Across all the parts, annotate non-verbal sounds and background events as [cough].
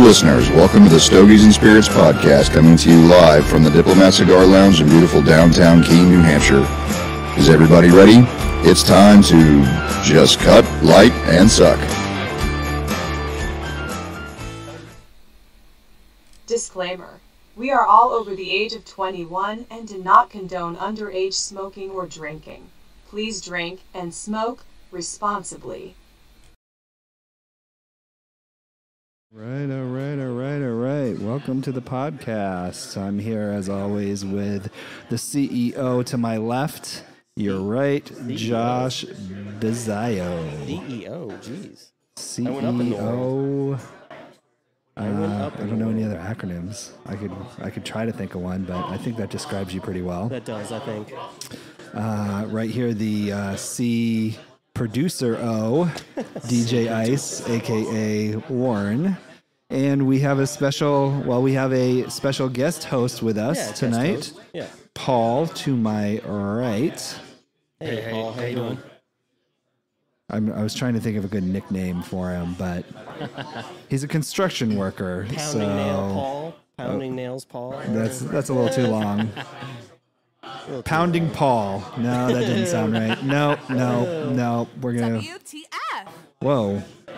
listeners. Welcome to the Stogies and Spirits podcast, coming to you live from the Diplomat Cigar Lounge in beautiful downtown Keene, New Hampshire. Is everybody ready? It's time to just cut, light, and suck. Disclaimer. We are all over the age of 21 and do not condone underage smoking or drinking. Please drink and smoke responsibly. Right, all right, all right, all right. Welcome to the podcast. I'm here as always with the CEO to my left, E your right, Josh Bizayo. DEO, E jeez. CEO. I went up in the I, went up E Uh, I don't in the know any other acronyms. I could I could try to think of one, but I think that describes you pretty well. That does, I think. Uh, right here, the uh, C producer O, DJ Ice, aka Warren. And we have a special, well, we have a special guest host with us Yeah, guest tonight, host. Yeah. Paul to my right. Hey, Paul, how you doing? I'm, I was trying to think of a good nickname for him, but [laughs] he's a construction worker. Pounding so uh, nail, Paul. Pounding nails, Paul. that's, that's a little too long. Pounding Paul. No, that didn't sound right. No, no, no. We're going to. WTF? Whoa. [laughs]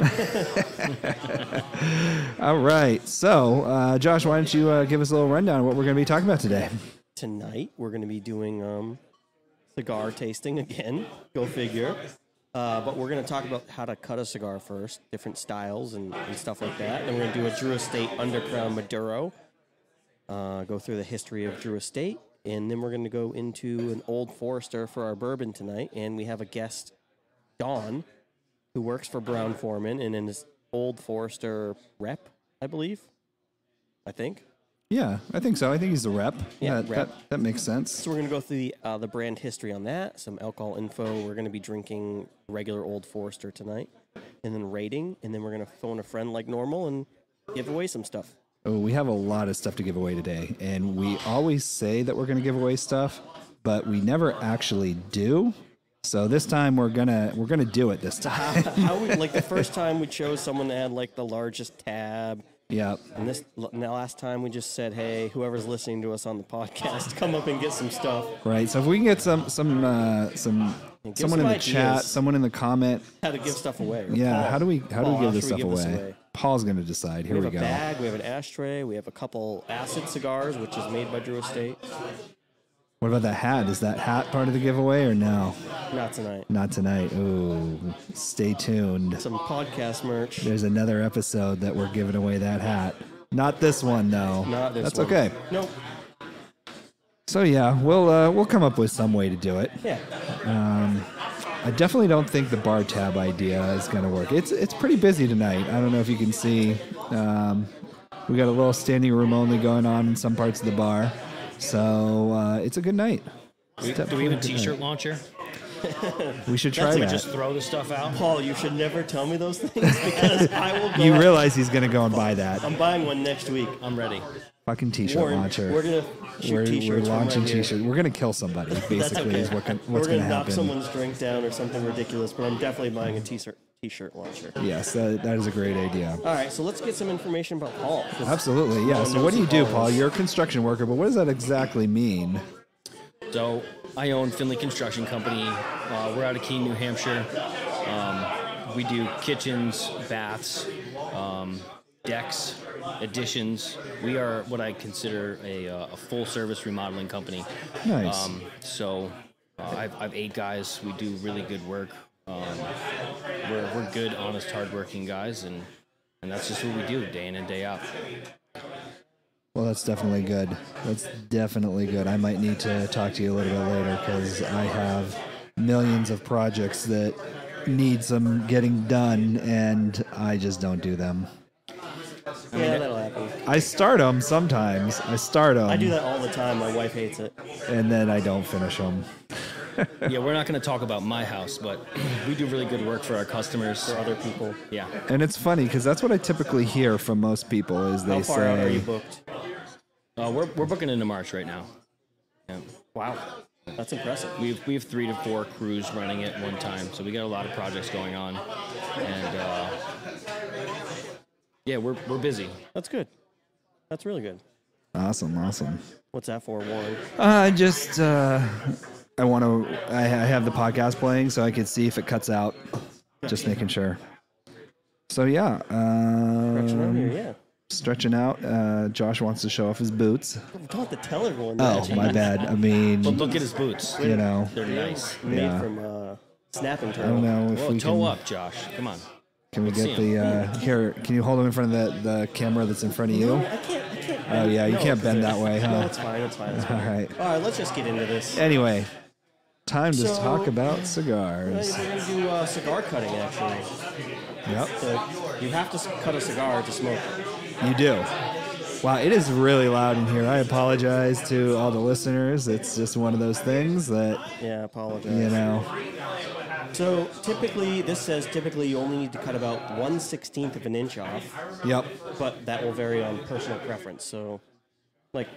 All right. So, uh, Josh, why don't you uh, give us a little rundown of what we're going to be talking about today? Tonight we're going to be doing um, cigar tasting again. [laughs] Go figure. Uh, but we're going to talk about how to cut a cigar first, different styles and, and stuff like that. Then we're going to do a Drew Estate Underground Maduro. Uh, go through the history of Drew Estate, and then we're going to go into an Old Forester for our bourbon tonight. And we have a guest, Dawn, who works for Brown Foreman and is Old Forester rep, I believe. I think. Yeah, I think so. I think he's the rep. Yeah, that, rep. That, that makes sense. So we're gonna go through the uh, the brand history on that, some alcohol info. We're gonna be drinking regular Old Forester tonight, and then rating, and then we're gonna phone a friend like normal and give away some stuff. Oh, we have a lot of stuff to give away today, and we always say that we're going to give away stuff, but we never actually do. So this time we're gonna we're gonna do it this time. [laughs] How we, like the first time we chose someone that had like the largest tab, yeah. and this and the last time we just said, hey, whoever's listening to us on the podcast, come up and get some stuff. Right. So if we can get some some uh, some Give someone in some the chat, ideas. someone in the comment, How to give stuff away? or Yeah, Paul- how do we how do Paul, we give, this stuff, should give away? Paul's gonna decide. Here We we, have a go. bag. We have an ashtray. We have a couple acid cigars, which is made by Drew Estate. What about that hat? Is that hat part of the giveaway or no? Not tonight. Not tonight. Ooh, stay tuned. some podcast merch. There's another episode that we're giving away that hat. Not this one though. Not this That's one. okay. Nope. So yeah, we'll uh, we'll come up with some way to do it. Yeah. I definitely don't think the bar tab idea is going to work. It's it's pretty busy tonight. I don't know if you can see. Um, we got a little standing room only going on in some parts of the bar, so uh, it's a good night. It's Do we definitely have a good night. T-shirt launcher? We should try we that. just throw the stuff out. Paul, you should never tell me those [laughs] things because I will go. You realize he's going to go and buy that I'm buying one next week. I'm ready. fucking T-shirt Warren, launcher. We're gonna shoot We're- t-shirts. we're from launching right here. T-shirt. We're going to kill somebody. [laughs] That's Basically, okay. is what can, we're what's gonna going to knock happen. someone's drink down or something ridiculous, but I'm definitely buying a t-shirt t-shirt launcher. Yes, that, that is a great idea. All right, so let's get some information about Paul. 'cause Absolutely, yeah. Paul So, knows what do who you do, is. Paul? You're a construction worker, but what does that exactly mean? So I own Finley Construction Company. Uh, we're out of Keene, New Hampshire. Um, we do kitchens, baths, um, decks, additions. We are what I consider a, uh, a full-service remodeling company. Nice. Um, so uh, I've, I've eight guys. We do really good work. Um, we're, we're good, honest, hardworking guys, and and that's just what we do day in and day out. Well, that's definitely good. That's definitely good. I might need to talk to you a little bit later because I have millions of projects that need some getting done, and I just don't do them. Yeah, that'll happen. I start them sometimes. I start them, I do that all the time. My wife hates it. and then I don't finish them. yeah, we're not going to talk about my house, but we do really good work for our customers. For other people. Yeah. And it's funny because that's what I typically hear from most people is they How far out are you say, booked? Uh, we're, we're booking into March right now. Yeah. Wow, that's impressive. We have, we have three to four crews running at one time, so we got a lot of projects going on. And uh, yeah, we're, we're busy. That's good. That's really good. Awesome, awesome. What's that for, Warren? Uh, just uh, I want to. I, I have the podcast playing, so I could see if it cuts out. Just making sure. So yeah, Correction on here, um, yeah. stretching out. Uh, Josh wants to show off his boots. We don't have to tell everyone. Oh that. my bad. I mean, But look at his boots. you know, They're nice. Made Yeah. from uh, snapping I don't turtle. know if Whoa, we toe can. up, Josh. Come on. Can we see get the uh, here? Can you hold him in front of the the camera that's in front of you? I can't. I can't. Oh yeah, you no, can't 'cause bend it's- that way, No, huh? it's fine. It's fine. It's All [laughs] fine. right. All right, let's just get into this. Anyway, time to So- talk about Hey, cigars. We're gonna do uh, cigar cutting actually. Yep, So you have to s- cut a cigar to smoke. it. you do. Wow, it is really loud in here. I apologize to all the listeners. It's just one of those things that Yeah, I apologize. you know. So typically, this says typically you only need to cut about one sixteenth of an inch off, Yep. but that will vary on personal preference. So, like.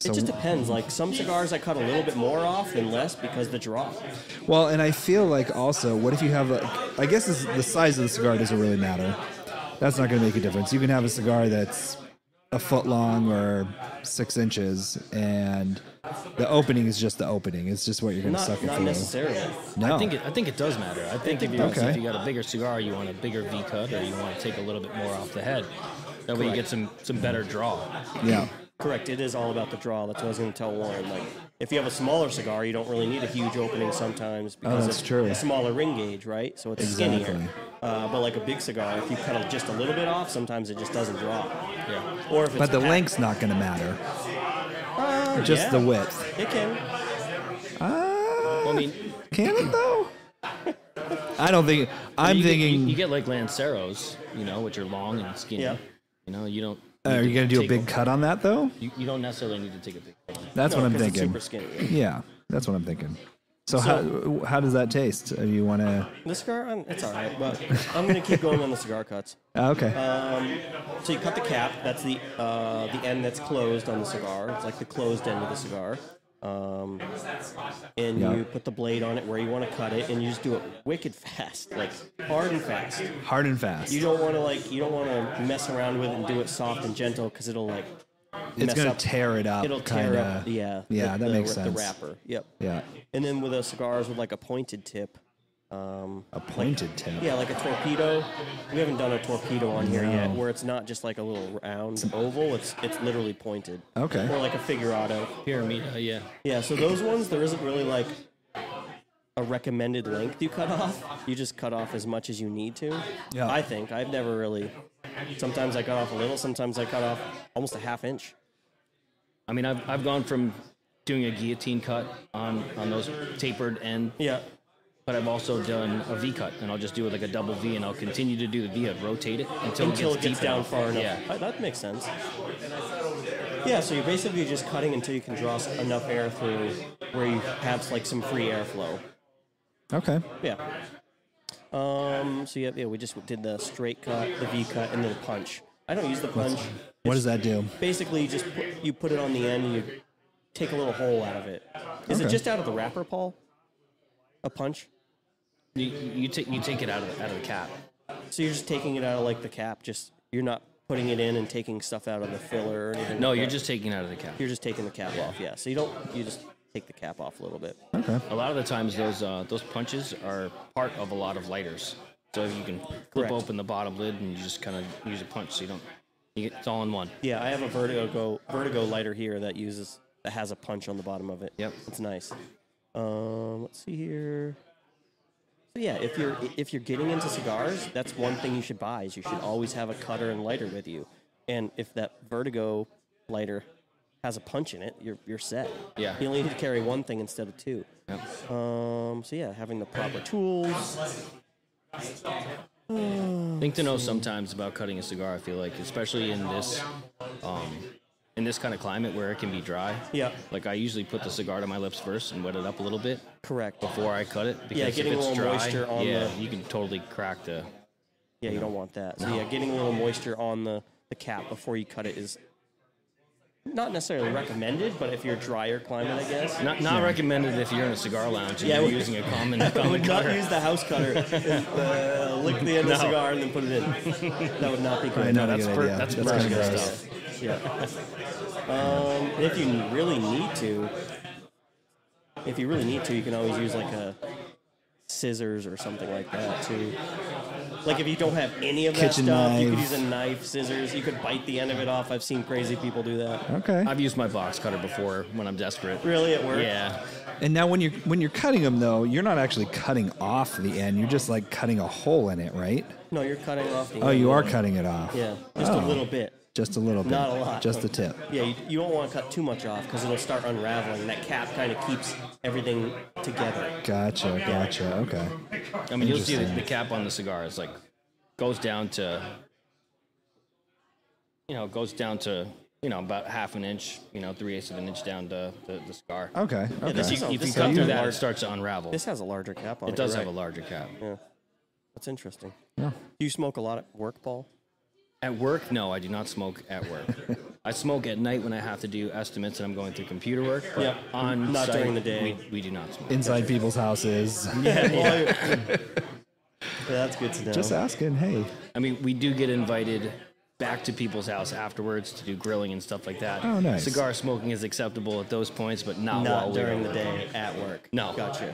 So- it just depends. Like some cigars, I cut a little bit more off and less because the draw. Well, and I feel like also, what if you have like, I guess this, the size of the cigar doesn't really matter. That's not going to make a difference. You can have a cigar that's a foot long or six inches, and the opening is just the opening. It's just what you're going to Not, suck it not through. necessarily. No. I think it, I think it does matter. I think if, you does. if you got a bigger cigar, you want a bigger V cut, or you want to take a little bit more off the head. That way you get some some better draw. yeah. Correct. It is all about the draw. That's what I was going to tell Warren. Like, if you have a smaller cigar, you don't really need a huge opening sometimes because Oh, that's it's true. a smaller ring gauge, right? So it's Exactly. skinnier. Uh, but like a big cigar, if you cut it just a little bit off, sometimes it just doesn't draw. Yeah. Or if it's But the packed- length's not going to matter, Uh, just yeah. the width. It can. Ah, I mean, can it though? I don't think. I'm you get- you- thinking. you, get like Lanceros, you know, which are long and skinny. Yeah. You know, you don't. uh, are you going to do a take- big cut on that though? You, you don't necessarily need to take a big. That's No, what I'm 'cause it's thinking. super skinny. Yeah, that's what I'm thinking. So, how how does that taste? Do you want to? The cigar, um, it's all right. But I'm going to keep going on the cigar cuts. uh, okay. Uh, So you cut the cap. That's the uh, the end that's closed on the cigar. It's like the closed end of the cigar. Um, and Yeah. you put the blade on it where you want to cut it, and you just do it wicked fast, like hard and fast. Hard and fast. You don't want to like you don't want to mess around with it and do it soft and gentle because it'll like it's mess gonna up- tear it up. it'll tear kinda. up yeah Yeah, that the, the, makes the sense. wrapper. Yep. Yeah, And then with the cigars with like a pointed tip. Um, a pointed tip. yeah, like a torpedo. We haven't done a torpedo on here yet, No. where it's not just like a little round oval. It's it's literally pointed. Okay. Or like a figurado. Pyramid, uh, yeah. Yeah. So those ones, there isn't really like a recommended length you cut off. You just cut off as much as you need to. Yeah. I think I've never really. Sometimes I cut off a little. Sometimes I cut off almost a half inch. I mean, I've, I've gone from doing a guillotine cut on on those tapered end, Yeah. but I've also done a V cut, and I'll just do it like a double V, and I'll continue to do the V. I'd rotate it until, Until it gets deep down far enough. Yeah. Uh, That makes sense. Yeah, so you're basically just cutting until you can draw s- enough air through where you have like some free airflow. Okay. Yeah. Um. So yeah, yeah, we just did the straight cut, the V cut, and then the punch. I don't use the punch. What does that It's do? Basically, you just put, you put it on the end and you take a little hole out of it. Is it Okay. just out of the wrapper, Paul? A punch. You, you take you take it out of the, out of the cap. So you're just taking it out of like the cap. Just you're not putting it in and taking stuff out of the filler or anything. No, like you're that. just taking it out of the cap. you're just taking the cap off. Yeah. So you don't. You just take the cap off a little bit. Okay. A lot of the times, those uh, those punches are part of a lot of lighters. So you can flip Correct. open the bottom lid and you just kind of use a punch. So you don't. You get, it's all in one. Yeah, I have a Vertigo Vertigo lighter here that uses that has a punch on the bottom of it. Yep. it's nice. Um, let's see here. So yeah, if you're if you're getting into cigars, that's one thing you should buy is you should always have a cutter and lighter with you. And if that Vertigo lighter has a punch in it, you're you're set. Yeah. you only need to carry one thing instead of two. Yep. Um, so yeah, having the proper tools. Thing to know sometimes about cutting a cigar, I feel like, especially in this, um, in this kind of climate where it can be dry. Yeah, Like I usually put the cigar to my lips first and wet it up a little bit correct. before I cut it. Because getting a if it's little dry, moisture on yeah, the- you can totally crack the. Yeah, you don't want that. So yeah, getting a little moisture on the, the cap before you cut it is not necessarily recommended, but if you're drier climate, I guess. Not, not recommended if you're in a cigar lounge and Yeah, you're we- [laughs] using a common, I common would not cutter. use the house cutter. uh, lick the end of the No. cigar and then put it in. That would not be good. know. No, that's Good per, idea. that's, That's per- kinda good gross. stuff. Yeah. Um, if you really need to, if you really need to, you can always use like a scissors or something like that too. Like if you don't have any of that Kitchen stuff, you could knife. use a knife, scissors. You could bite the end of it off. I've seen crazy people do that. Okay. I've used my box cutter before when I'm desperate. Really, it works. Yeah. And now when you're when you're cutting them though, you're not actually cutting off the end. You're just like cutting a hole in it, right? No, you're cutting off. The Oh, you end. are cutting it off. Yeah, just a Oh. little bit. Just a little bit. Not a lot. Just the tip. Yeah, you, you don't want to cut too much off because it'll start unraveling. That cap kind of keeps everything together. Gotcha. Gotcha. Okay. I mean, you'll see the, Interesting. the cap on the cigar is like goes down to you know goes down to you know about half an inch, you know three eighths of an inch down to the, the cigar. Okay. Okay. this If is you, a- if you this cut is through a that, it large- starts to unravel. This has a larger cap on it. It does you're have a right. larger cap. That's interesting. Yeah. Do you smoke a lot at work, [laughs] Paul? At work, no, I do not smoke at [laughs] work. I smoke at night when I have to do estimates and I'm going through computer work. But Yep. on Not site, during the day. We, we do not smoke. Inside people's houses. yeah. that's good to know. Just asking. Hey. I mean, we do get invited back to people's house afterwards to do grilling and stuff like that. Oh, nice. Cigar smoking is acceptable at those points, but not, while Not we during are the day at work. No. Gotcha.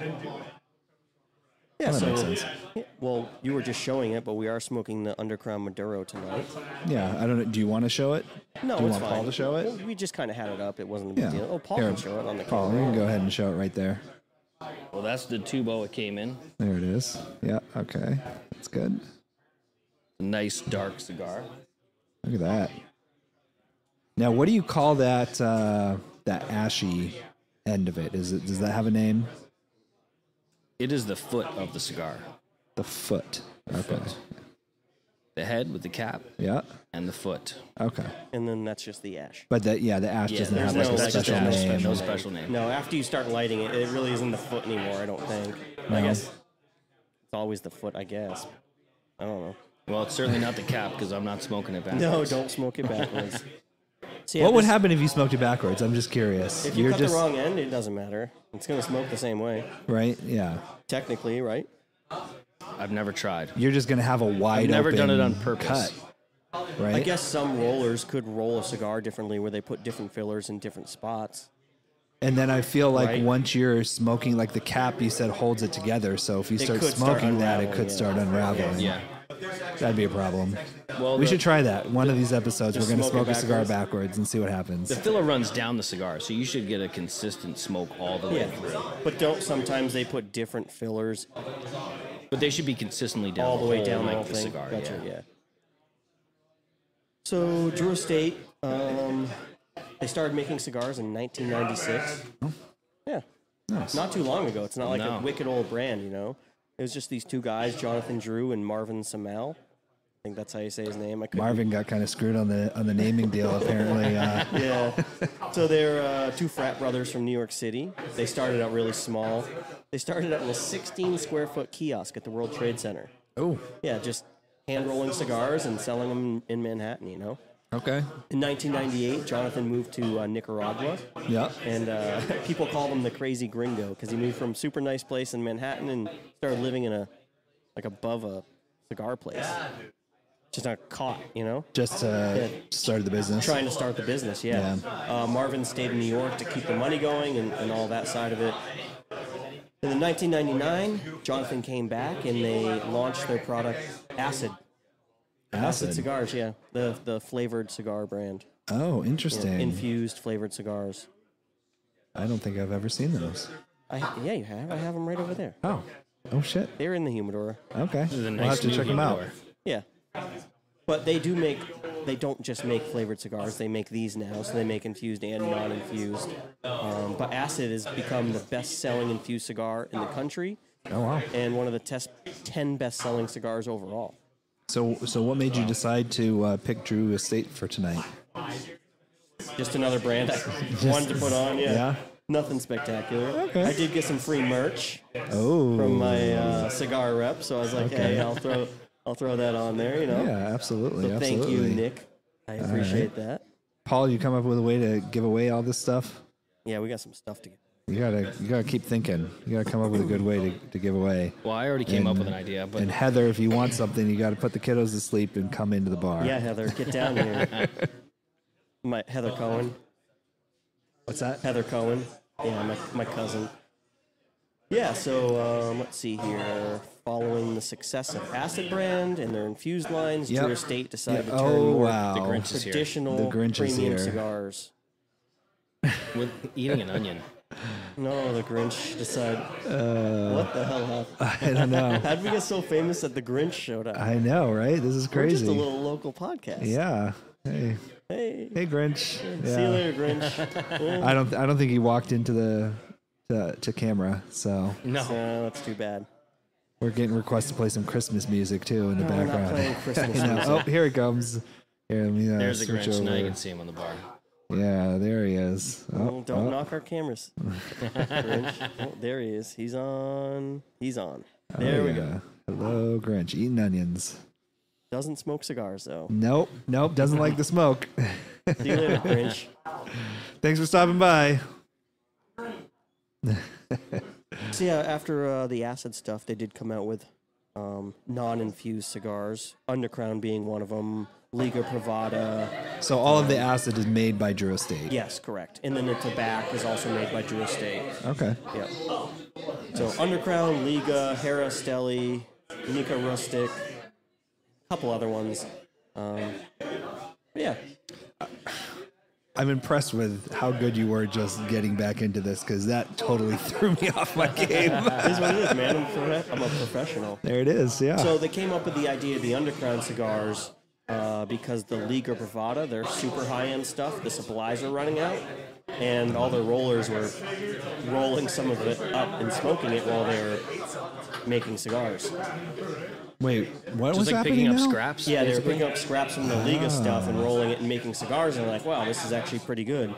Yeah, that so, makes sense. yeah, well, you were just showing it, but we are smoking the Underground Maduro tonight. Yeah. I don't know. Do you want to show it? No, Do you it's want fine. Paul to show it? Well, we just kind of had it up. It wasn't a big Yeah. deal. Oh, Paul Here, can show it on the Paul, we camera. can go ahead and show it right there. Well, that's the tubo it came in. There it is. Yeah. Okay. That's good. Nice dark cigar. Look at that. Now, what do you call that? Uh, that ashy end of it. Is it? Does that have a name? It is the foot of the cigar. The foot. Okay. Foot. The head with the cap Yeah. and the foot. Okay. And then that's just the ash. But that yeah, the ash doesn't there's have like no, a like, special no name. special- no special name. No, after you start lighting it, it really isn't the foot anymore, I don't think. I No. guess it's always the foot, I guess. I don't know. Well, it's certainly not the cap because I'm not smoking it back. No, don't smoke it [laughs] backwards. So, yeah, What would this- happen if you smoked it backwards? I'm just curious. If you are cut just the wrong end, it doesn't matter. It's going to smoke the same way, right. Yeah. technically, right? I've never tried. You're just gonna have a wide. I've never done it on open purpose. Cut, right. I guess some rollers could roll a cigar differently where they put different fillers in different spots. And then I feel like Right. once you're smoking, like the cap you said holds it together. So if you start could start smoking that, it unraveling, could yeah. start unraveling. Yeah. That'd be a problem. Well, we the- should try that. One of these episodes, we're Just going to smoke smoke it a cigar backwards. backwards and see what happens. The filler runs down the cigar, so you should get a consistent smoke all the way Yeah. through. But don't sometimes they put different fillers But they should be consistently down all the way whole down the whole length of the thing. cigar. Gotcha, yeah. yeah. So Drew Estate, um, they started making cigars in 1996. Yeah, Nice. not too long ago. It's not like No. a wicked old brand, you know. It was just these two guys, Jonathan Drew and Marvin Samel. I think that's how you say his name. I couldn't Marvin got kind of screwed on the on the naming deal. Apparently, uh, [laughs] Yeah. So they're uh, two frat brothers from New York City. They started out really small. They started out in a 16 square foot kiosk at the World Trade Center. oh, Yeah, just hand rolling cigars and selling them in Manhattan, you know? okay, In 1998, Jonathan moved to uh, Nicaragua, yeah, and uh, [laughs] people called him the crazy gringo because he moved from super nice place in Manhattan and started living in a, like above a cigar place. Just not caught, you know? just uh, Yeah. started the business. trying to start the business. Yeah, Uh, Marvin stayed in New York to keep the money going and, and all that side of it. And in 1999, Jonathan came back and they launched their product, Acid. Acid acid. cigars, yeah, the the flavored cigar brand, Oh, interesting. infused flavored cigars. I don't think I've ever seen those. I yeah, you have. I have them right over there. Oh, oh shit. They're in the humidor. Okay, a we'll nice have to new check them out. humidor. Yeah. But they do make, they don't just make flavored cigars. They make these now, so they make infused and non-infused. Um, but Acid has become the best-selling infused cigar in the country, Oh wow. and one of the test, ten best-selling cigars overall. So so what made you decide to uh, pick Drew Estate for tonight? Just another brand I [laughs] wanted to put on. Yeah. yeah? Nothing spectacular. Okay. I did get some free merch Oh, from my uh, cigar rep, so I was like, Okay. hey, I'll throw, I'll throw that on there. You know. yeah, absolutely, So absolutely. thank you, Nick. I appreciate that. Paul, you come up with a way to give away all this stuff? Yeah, we got some stuff to get. You gotta you gotta keep thinking. You gotta come up with a good way to, to give away. Well, I already came up with an idea, but And Heather, if you want something, you gotta put the kiddos to sleep and come into the bar. Yeah, Heather, get [laughs] down here. my Heather Cohen. What's that? Heather Cohen. Yeah, my, my cousin. Yeah, so um, let's see here. Following the success of Acid Brand and their infused lines, Yep. Drew Estate decided Yeah. to turn Oh, more wow. The Grinch is here. traditional The Grinch is premium here. cigars. with eating [laughs] an onion. No, the Grinch decided. Uh, what the hell happened? [laughs] I don't know. How'd we get so famous that the Grinch showed up? I know, right? This is We're just Uh, crazy. a little local podcast. yeah. Hey. Hey. Hey Grinch. Yeah. See you later, Grinch. I don't I don't think he walked into the to, to camera, so No, No, that's too bad. we're getting requests to play some Christmas music too in the Oh, We're not playing background. [laughs] Christmas You know, music. oh, here it comes. Here, let me, uh, there's the switch Grinch. Now you over. can see him on the bar. Yeah, there he is. Oh, Oh, don't oh. knock [laughs] our cameras. Grinch. Oh, there he is. He's on. He's on. There Oh, we go. yeah. Hello, Grinch. Eating onions. Doesn't smoke [laughs] cigars though. Nope, nope. Doesn't like the smoke. [laughs] See you later, Grinch. Thanks for stopping by. So yeah, after uh, the acid stuff, they did come out with um, non-infused cigars. Undercrown being one of them. Liga Privada. So all of the acid is made by Drew Estate. Yes, correct. And then the tobacco is also made by Drew Estate. Okay. Yeah. So Undercrown, Liga, Hera Stelli, Nika Rustic, a couple other ones. Um, yeah. I'm impressed with how good you were just getting back into this because that totally [laughs] threw me off my [laughs] game. It is what it is, man. I'm, profe- I'm a professional. there it is. Yeah. So they came up with the idea of the underground cigars uh, because the Liga Privada, their super high-end stuff, the supplies are running out, and all their rollers were rolling some of it up and smoking it while they were making cigars. Wait, what Just was like happening picking up now? scraps. Yeah, they were basically. picking up scraps from the Ah. Liga stuff and rolling it and making cigars, and they're like, wow, this is actually pretty good.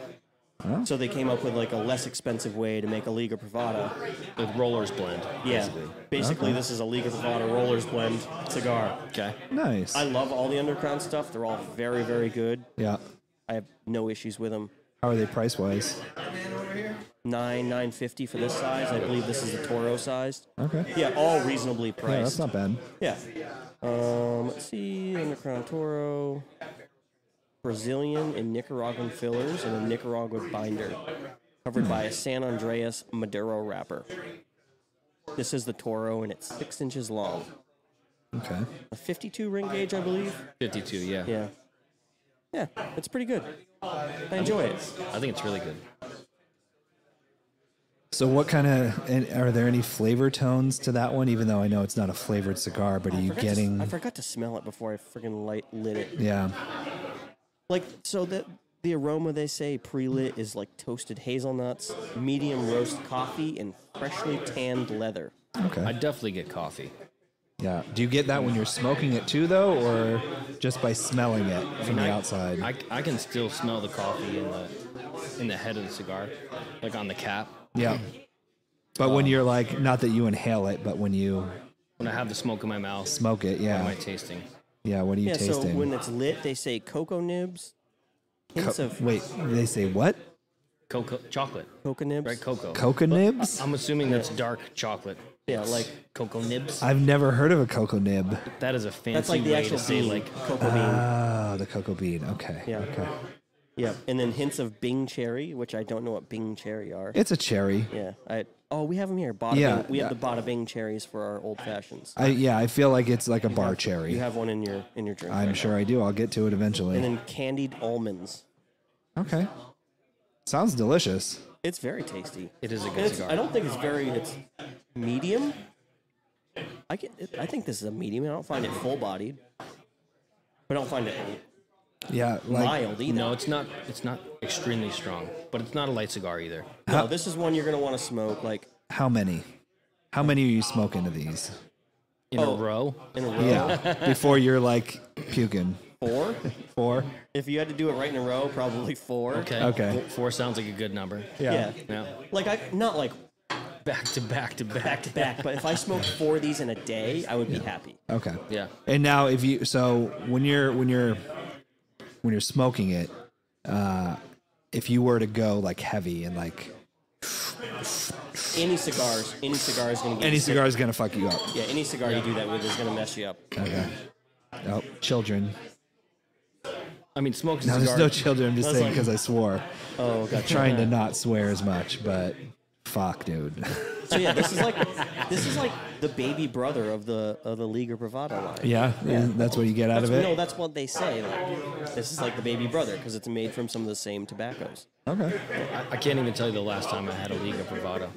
So they came up with like a less expensive way to make a Liga Privada. with rollers blend. Yeah, basically. basically, this is a Liga Privada rollers blend cigar. Okay. Nice. I love all the underground stuff. They're all very, very good. yeah. I have no issues with them. How are they price wise? Nine, nine fifty for this size. I believe this is the Toro size. Okay. Yeah, all reasonably Yeah, that's priced. not bad. Yeah. Um, let's see, underground Toro, Brazilian and Nicaraguan fillers, and a Nicaraguan binder, covered by a San Andreas Maduro wrapper. This is the Toro, and it's six inches long. Okay. A 52 ring gauge, I believe. 52, yeah. Yeah. Yeah, it's pretty good. I enjoy it. I think it's really good. So what kind of and are there any flavor tones to that one? Even though I know it's not a flavored cigar, but are you Forgot to s- I getting? forgot to smell it before I freaking light lit it. Yeah. Like so that the aroma they say pre-lit is like toasted hazelnuts, medium roast coffee, and freshly tanned leather. I Okay. definitely get coffee. Yeah. Do you get that when you're smoking it too, though, or just by smelling it from the I- outside? I, I can still smell the coffee in the in the head of the cigar, like on the cap. Yeah. But Uh, when you're like, not that you inhale it, but when you When I have the smoke in my mouth, smoke it, what am I yeah, tasting? yeah. What are you Yeah, so tasting? when it's lit, they say cocoa nibs, hints Co- of Wait, they say what? Cocoa, chocolate, cocoa nibs. right? Cocoa. Coca nibs? I'm assuming that's dark chocolate. Yeah, It's like- cocoa nibs. I've never heard of a cocoa nib. that is a fancy That's like the way actual to say bean, like cocoa bean. Oh, the cocoa bean. Okay. Yeah. Okay. yeah, and then hints of Bing cherry, which I don't know what Bing cherry are. It's a cherry. yeah, I oh we have them here. Bada Yeah, Bing- we have yeah. the Bada Bing cherries for our old fashions. I yeah, I feel like it's like a bar You cherry. have one in your in your drink. I'm right sure I do. I'll get to it and eventually. then candied almonds. Okay. Sounds delicious. It's very tasty. it is a And good it's, cigar. I don't think it's very. It's medium. I can, it, I think this is a medium. I don't find it full bodied. But I don't find it Yeah, like mild either. no, it's not. It's not extremely strong, but it's not a light cigar either. No, this is one you're gonna want to smoke like how many? How many are you smoking of these? In Oh. a row, in a row. [laughs] Yeah, before you're like puking. Four. Four. If you had to do it right in a row, probably four. okay. Okay. Four- Four sounds like a good number. Yeah. Yeah. Like I not like Back to back to back. back to [laughs] back, but if I smoked four of these in a day, I would be happy. Okay. Yeah. And now if you so when you're when you're when you're smoking it, uh, if you were to go like heavy and like Any cigars, any cigar is gonna get any you cigar is gonna fuck you up. sick. Yeah, any cigar you do that with is gonna mess you up. Okay. Oh, children. I mean, smoking No, there's cigar. no children. I'm just That's saying like- because I swore. Oh, god. Trying to not swear as much, but fuck, dude. So yeah, this is like this is like the baby brother of the of the Liga Bravada line. yeah, that's what you get out That's, of it. no, that's what they say. Like, this is like the baby brother because it's made from some of the same tobaccos. Okay. I, I can't even tell you the last time I had a Liga Bravado.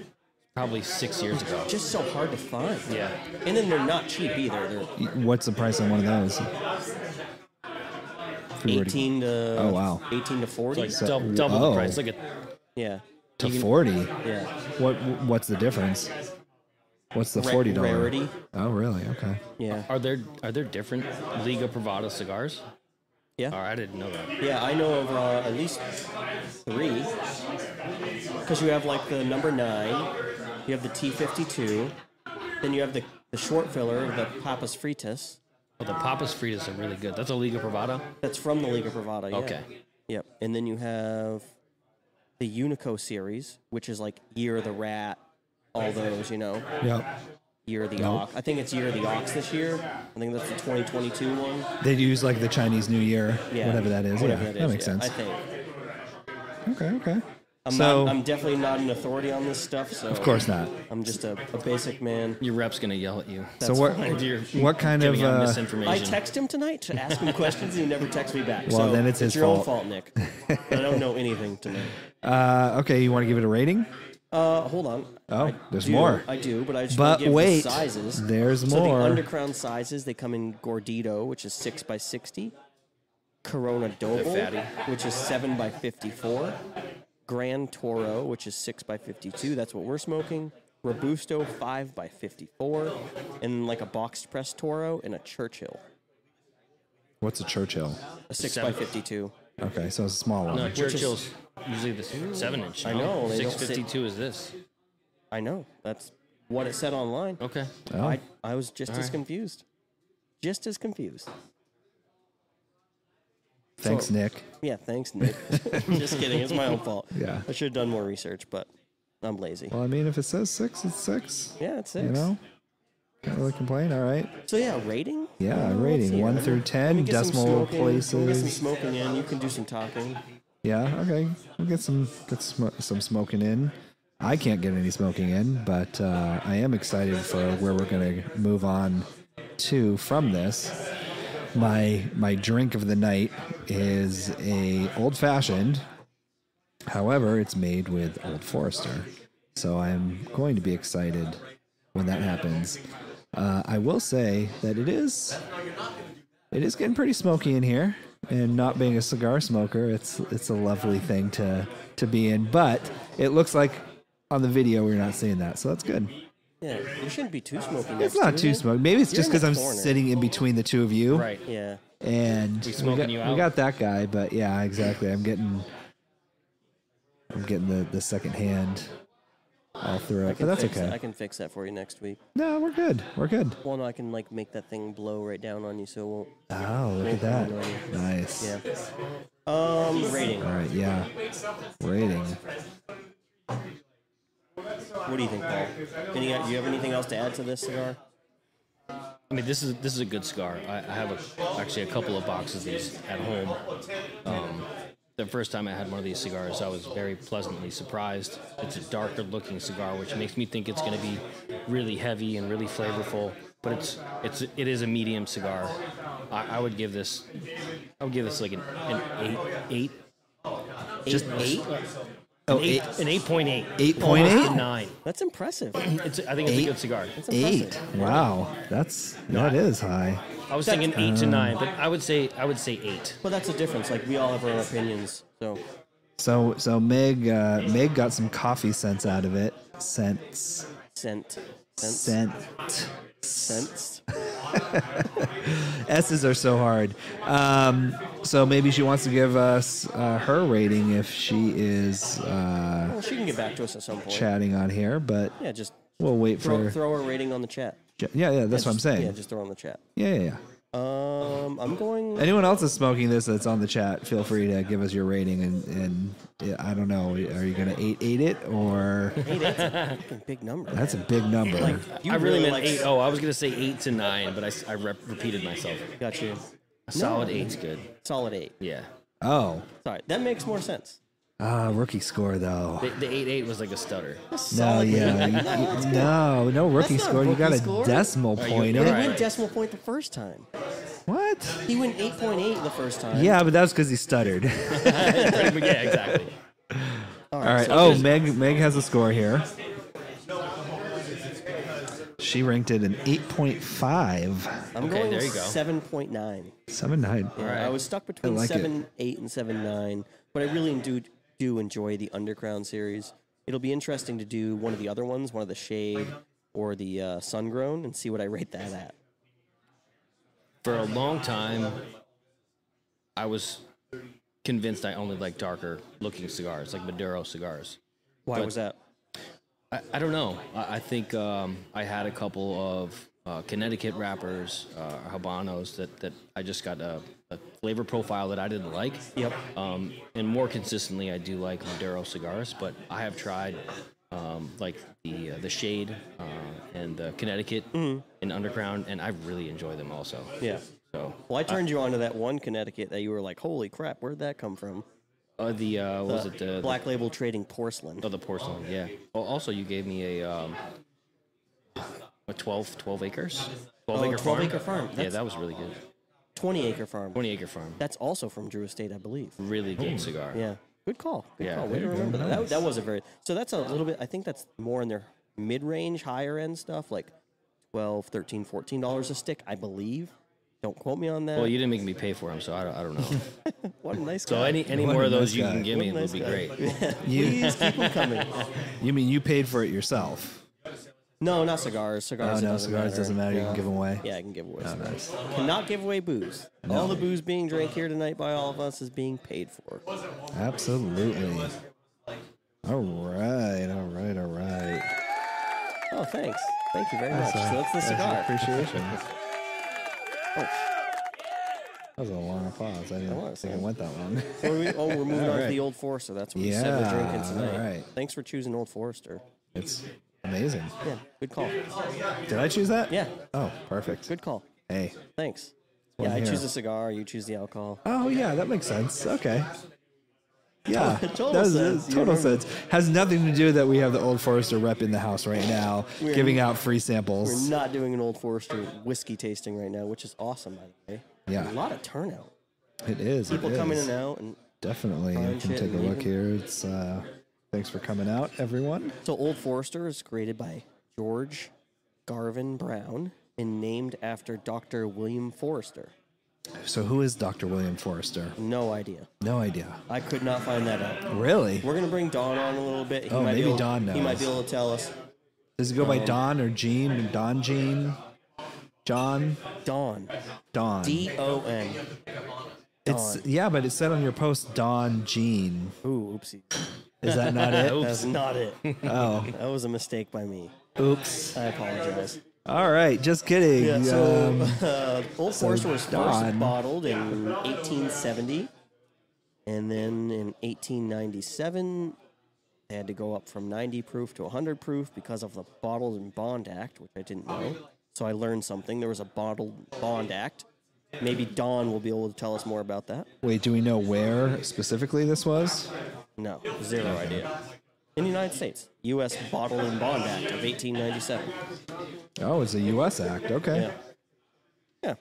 Probably six years ago. Just so hard to find. Yeah. And then they're not cheap either. They're What's the price on one of those? If we were to- 18 to Oh, wow. 18 to 40. Like double, double Oh. the price. Like a yeah. to even- forty. Yeah. What what's the difference? What's the Ra- forty dollar? rarity. Oh really? Okay. Yeah. Are there are there different Liga Privada cigars? Yeah. Oh, I didn't know that. Yeah, I know of uh, at least three. Because you have like the number nine, you have the T52, then you have the, the short filler, the Papas Fritas. Oh, the Papas Fritas are really good. That's a Liga Privada. That's from the Liga Privada. Yeah. Okay. Yep. And then you have the Unico series, which is like Year of the Rat, all those, you know, Yep. Year of the No. Ox. I think it's Year of the Ox this year. I think that's the 2022 one. They use like the Chinese New Year, Yeah. whatever that is. Whatever yeah, that is, makes yeah, sense. I think. okay, okay. I'm, so not, I'm definitely not an authority on this stuff. So of course not. I'm just a, a basic man. Your rep's gonna yell at you. So what? If [laughs] you're What kind of? giving out Uh, misinformation? I text him tonight to ask him [laughs] questions, and he never texts me back. Well, so then it's his your own fault. fault, Nick. I don't know anything [laughs] tonight. uh, okay, you want to give it a rating? Uh, hold on. Oh, I there's do- more. I do, but I just But wanna give wait, the sizes. there's so more. the undercrown sizes they come in Gordito, which is six by sixty, Corona Doble, fatty. which is seven by fifty-four, Grand Toro, which is six by fifty-two. That's what we're smoking. Robusto five by fifty-four, and like a boxed press Toro and a Churchill, What's a Churchill? a six Seven. by fifty-two. Okay, so it's a small one. No, is- Churchill's usually the seven inch. I know, they don't sit- Six fifty two is this. I know that's what it said online. Okay. Oh. I I was just as right. confused, just as confused. Thanks, so- Nick. Yeah, thanks, Nick. [laughs] Just kidding. It's my own fault. Yeah. I should have done more research, but I'm lazy. Well, I mean, if it says six, it's six. yeah, it's six. You know, can't really complain. All right. So yeah, rating. Yeah, let's rating, see. one Let me- through let 10, me get some decimal smoking. Let me get some places. smoking in. You can do some talking. Yeah. Okay. We'll get some get sm- some smoking in. I can't get any smoking in, but uh, I am excited for where we're gonna move on to from this. My my drink of the night is a old fashioned. However, it's made with Old Forester, so I'm going to be excited when that happens. Uh, I will say that it is it is getting pretty smoky in here, and not being a cigar smoker, it's it's a lovely thing to to be in. But it looks like on the video we're not seeing that, so that's good. Yeah, you shouldn't be too smoking. It's next not to too me. smoky. Maybe it's You're just in the because I'm corner. sitting in between the two of you, Right. Yeah. And we, smoking got, you we out. got that guy, but yeah, exactly. I'm getting I'm getting the the second hand all through I it, can but that's fix okay. That. I can fix that for you next week. No, we're good. We're good. Well, no, I can like make that thing blow right down on you, so it won't. Oh, look at that. Nice. Yeah. Um, rating. All right. Yeah. Rating. What do you think, Paul? Any, do you have anything else to add to this cigar? I mean, this is this is a good cigar. I, I have a, actually a couple of boxes of these at home. Um, the first time I had one of these cigars, I was very pleasantly surprised. It's a darker looking cigar, which makes me think it's going to be really heavy and really flavorful. But it's it's it is a medium cigar. I, I would give this I would give this like an, an eight eight just eight Oh, eight an eight point eight 8.8? Almost a nine. That's impressive. It's I think it's Eight? a good cigar. That's Eight. impressive. Wow, that's that is high. I was thinking eight to nine, but I would say I would say eight. But that's the difference. Like we all have our own opinions. So So so Meg uh, Meg got some coffee scents out of it. Scents scent, scent, scent. scent. S's are so hard. Um, so maybe she wants to give us uh, her rating if she is uh, Well, she can get back to us at some point. chatting on here, but Yeah, just we'll wait throw, for. throw her rating on the chat. Yeah, yeah, that's what I'm Just- Yeah, saying. just throw it on the chat. Yeah, yeah, yeah. Um, I'm going. Anyone else is smoking this that's on the chat, feel free to give us your rating. And, and yeah, I don't know, are you going to 8 8 it [laughs] or. Fucking Big number. That's a big number. I really, meant like- eight. Oh, I was gonna say eight to nine, but I, s- I rep- repeated myself. Got you. A solid eight's good. Solid eight. Yeah. oh. Sorry, that makes more sense. Ah, rookie score though. The, the eight eight was like a stutter. [laughs] No, Solid eight. yeah, you- you- no, no rookie That's not a score. you got rookie a score. decimal you- point. you're They Oh, right. went decimal point the first time. What? He went 8.8 the first time. Yeah, but that was because he stuttered. [laughs] Right, but yeah, exactly. All right. Oh, Meg. Meg has a score here. She ranked it an 8.5. I'm Okay, going there with you go. 7.9. 7 9. Yeah, I was stuck between like it. seven eight and seven nine, but I really do do enjoy the Underground series. It'll be interesting to do one of the other ones, one of the Shade or the uh, Sungrown, and see what I rate that at. For a long time, I was convinced I only liked darker looking cigars, like Maduro cigars. Why But- was that? I, I don't know. I, I think um, I had a couple of uh, Connecticut wrappers, uh, habanos that, that I just got a, a flavor profile that I didn't like. Yep. Um, and more consistently, I do like Maduro cigars, but I have tried um, like the uh, the Shade uh, and the Connecticut Mm-hmm. and Underground, and I really enjoy them also. Yeah. So uh, Well, I turned you on to that one Connecticut that you were like, "Holy crap, where'd that come from?" uh, the uh, what was Uh, it the the Black Label Trading Porcelain? Oh, the porcelain, yeah. Well, also, you gave me a um, a 12, 12 acres, twelve Oh, acre 12 farm. acre farm. Yeah, That's- that was really good. Twenty acre farm. Twenty acre farm, That's also from Drew Estate, I believe. really good cigar. Yeah. Good call. Good Yeah, call. Way to there you go. remember that. that. That was a very so that's a little bit I think that's more in their mid range, higher end stuff, like 12 13 14 dollars a stick, I believe. Don't quote me on that. Well, you didn't make me pay for them, so I don't, I don't [laughs] know. what a nice guy. so any any What a more of those nice you guy. can give What me a nice would be guy. great. [laughs] You, Please keep them coming. [laughs] you mean you paid for it yourself? No, not cigars. Cigars. Oh, it no, doesn't cigars matter. doesn't matter. You can No. give 'em away. Yeah, I can give Oh, away. cigars. Cannot give away booze. All the booze being drank here tonight by all of us is being paid for. Absolutely. All right. All right. All right. Oh, thanks. Thank you very much. So that's the cigar. Appreciation. [laughs] That was a long applause. I didn't Oh. was, think it yeah. went that long. [laughs] So we- oh, we're moving on to right. the Old Forester. That's what we said we're Yeah, drinking tonight. alright. Thanks for choosing Old Forester. It's amazing. Yeah, good call. Did I choose that? Yeah. Oh, perfect. Good call. Hey. Thanks. One Yeah, I here. choose the cigar. You choose the alcohol. Oh yeah, that makes sense. Okay. Yeah, Total that was- uh, sense. You total remember. sense. Has nothing to do that we have the Old Forester rep in the house right now, giving out free We're samples. not doing an Old Forester whiskey tasting right now, which is awesome, by the way. Yeah. A lot of turnout. It is. People it coming in is. and out. And Definitely. I Buying can shit take a and look leaving. here. It's. uh Thanks for coming out, everyone. so Old Forester is created by George Garvin Brown and named after Dr. William Forrester. So, who is Dr. William Forrester? No idea. No idea. I could not find that out. Really? We're gonna bring Don on a little bit. He Oh, might maybe be able, Don He might knows. be able to tell us. Does it go by Don or Gene? Don Gene? John? Don. Don. D O N. It's yeah, but it said on your post Don Gene. Ooh, oopsie. Is that not [laughs] it? That's not it. [laughs] Oh, That was a mistake by me. oops. I apologize. All right, just kidding. Yeah, so [laughs] Um, uh, Old Forester was Don. first bottled in 1870, and then in 1897, they had to go up from 90 proof to 100 proof because of the Bottled and Bond Act, which I didn't know. So I learned something. There was a Bottled Bond Act. Maybe Don will be able to tell us more about that. wait, do we know where specifically this was? No, zero idea. In the United States, U.S. Bottled and Bond Act of 1897. Oh, it's a U.S. act. Okay, Yeah.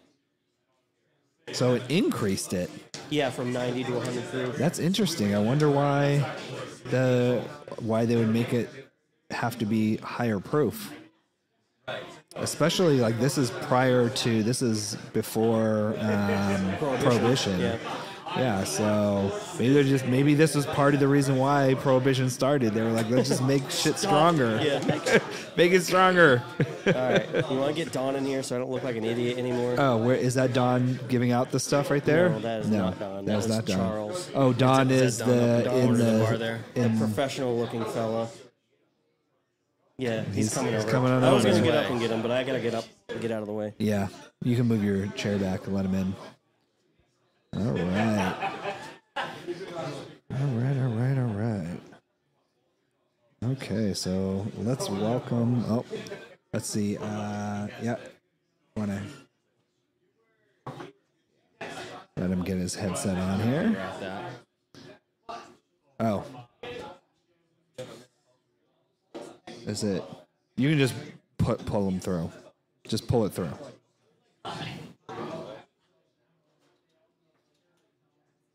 Yeah. so it increased it. Yeah, from 90 to 100 proof. That's interesting. I wonder why the why they would make it have to be higher proof. Especially like this is prior to this is before um, prohibition. Yeah. Yeah, so maybe they're just maybe this was part of the reason why prohibition started. They were like, let's just make shit stronger, Yeah. [laughs] make it stronger. All right. You want to get Don in here so I don't look like an idiot anymore? Oh, where is that Don giving out the stuff right there? No, that is not Don. That That's was not Don. Charles. Oh, Don that is, Don up- the Don in over to the, the bar there? in- Professional looking fella. Yeah, he's, He's- coming he's over. coming on I was over. gonna get His up way. and get him, but I gotta get up and get out of the way. yeah. You can move your chair back and let him in. All right. All right, all right, all right. Okay, so let's welcome. Oh, let's see. Uh, yeah. Want to let him get his headset on here. Grab that. Oh. Is it? You can just put pull him through. Just pull it through.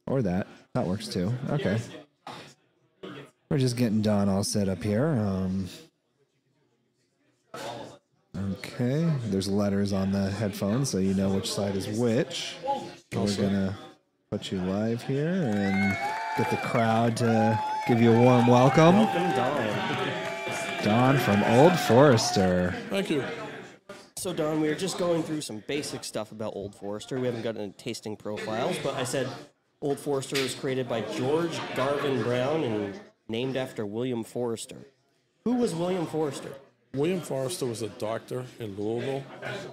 Or that. That works too. Okay. We're just getting Don all set up here. Um, okay. There's letters on the headphones, so you know which side is which. We're gonna put you live here and get the crowd to give you a warm welcome. Welcome, Don. Don from Old Forester. Thank you. So, Don, we were just going through some basic stuff about Old Forester. We haven't gotten into tasting profiles, but I said Old Forester was created by George Garvin Brown and named after William Forrester. Who was William Forrester? William Forrester was a doctor in Louisville,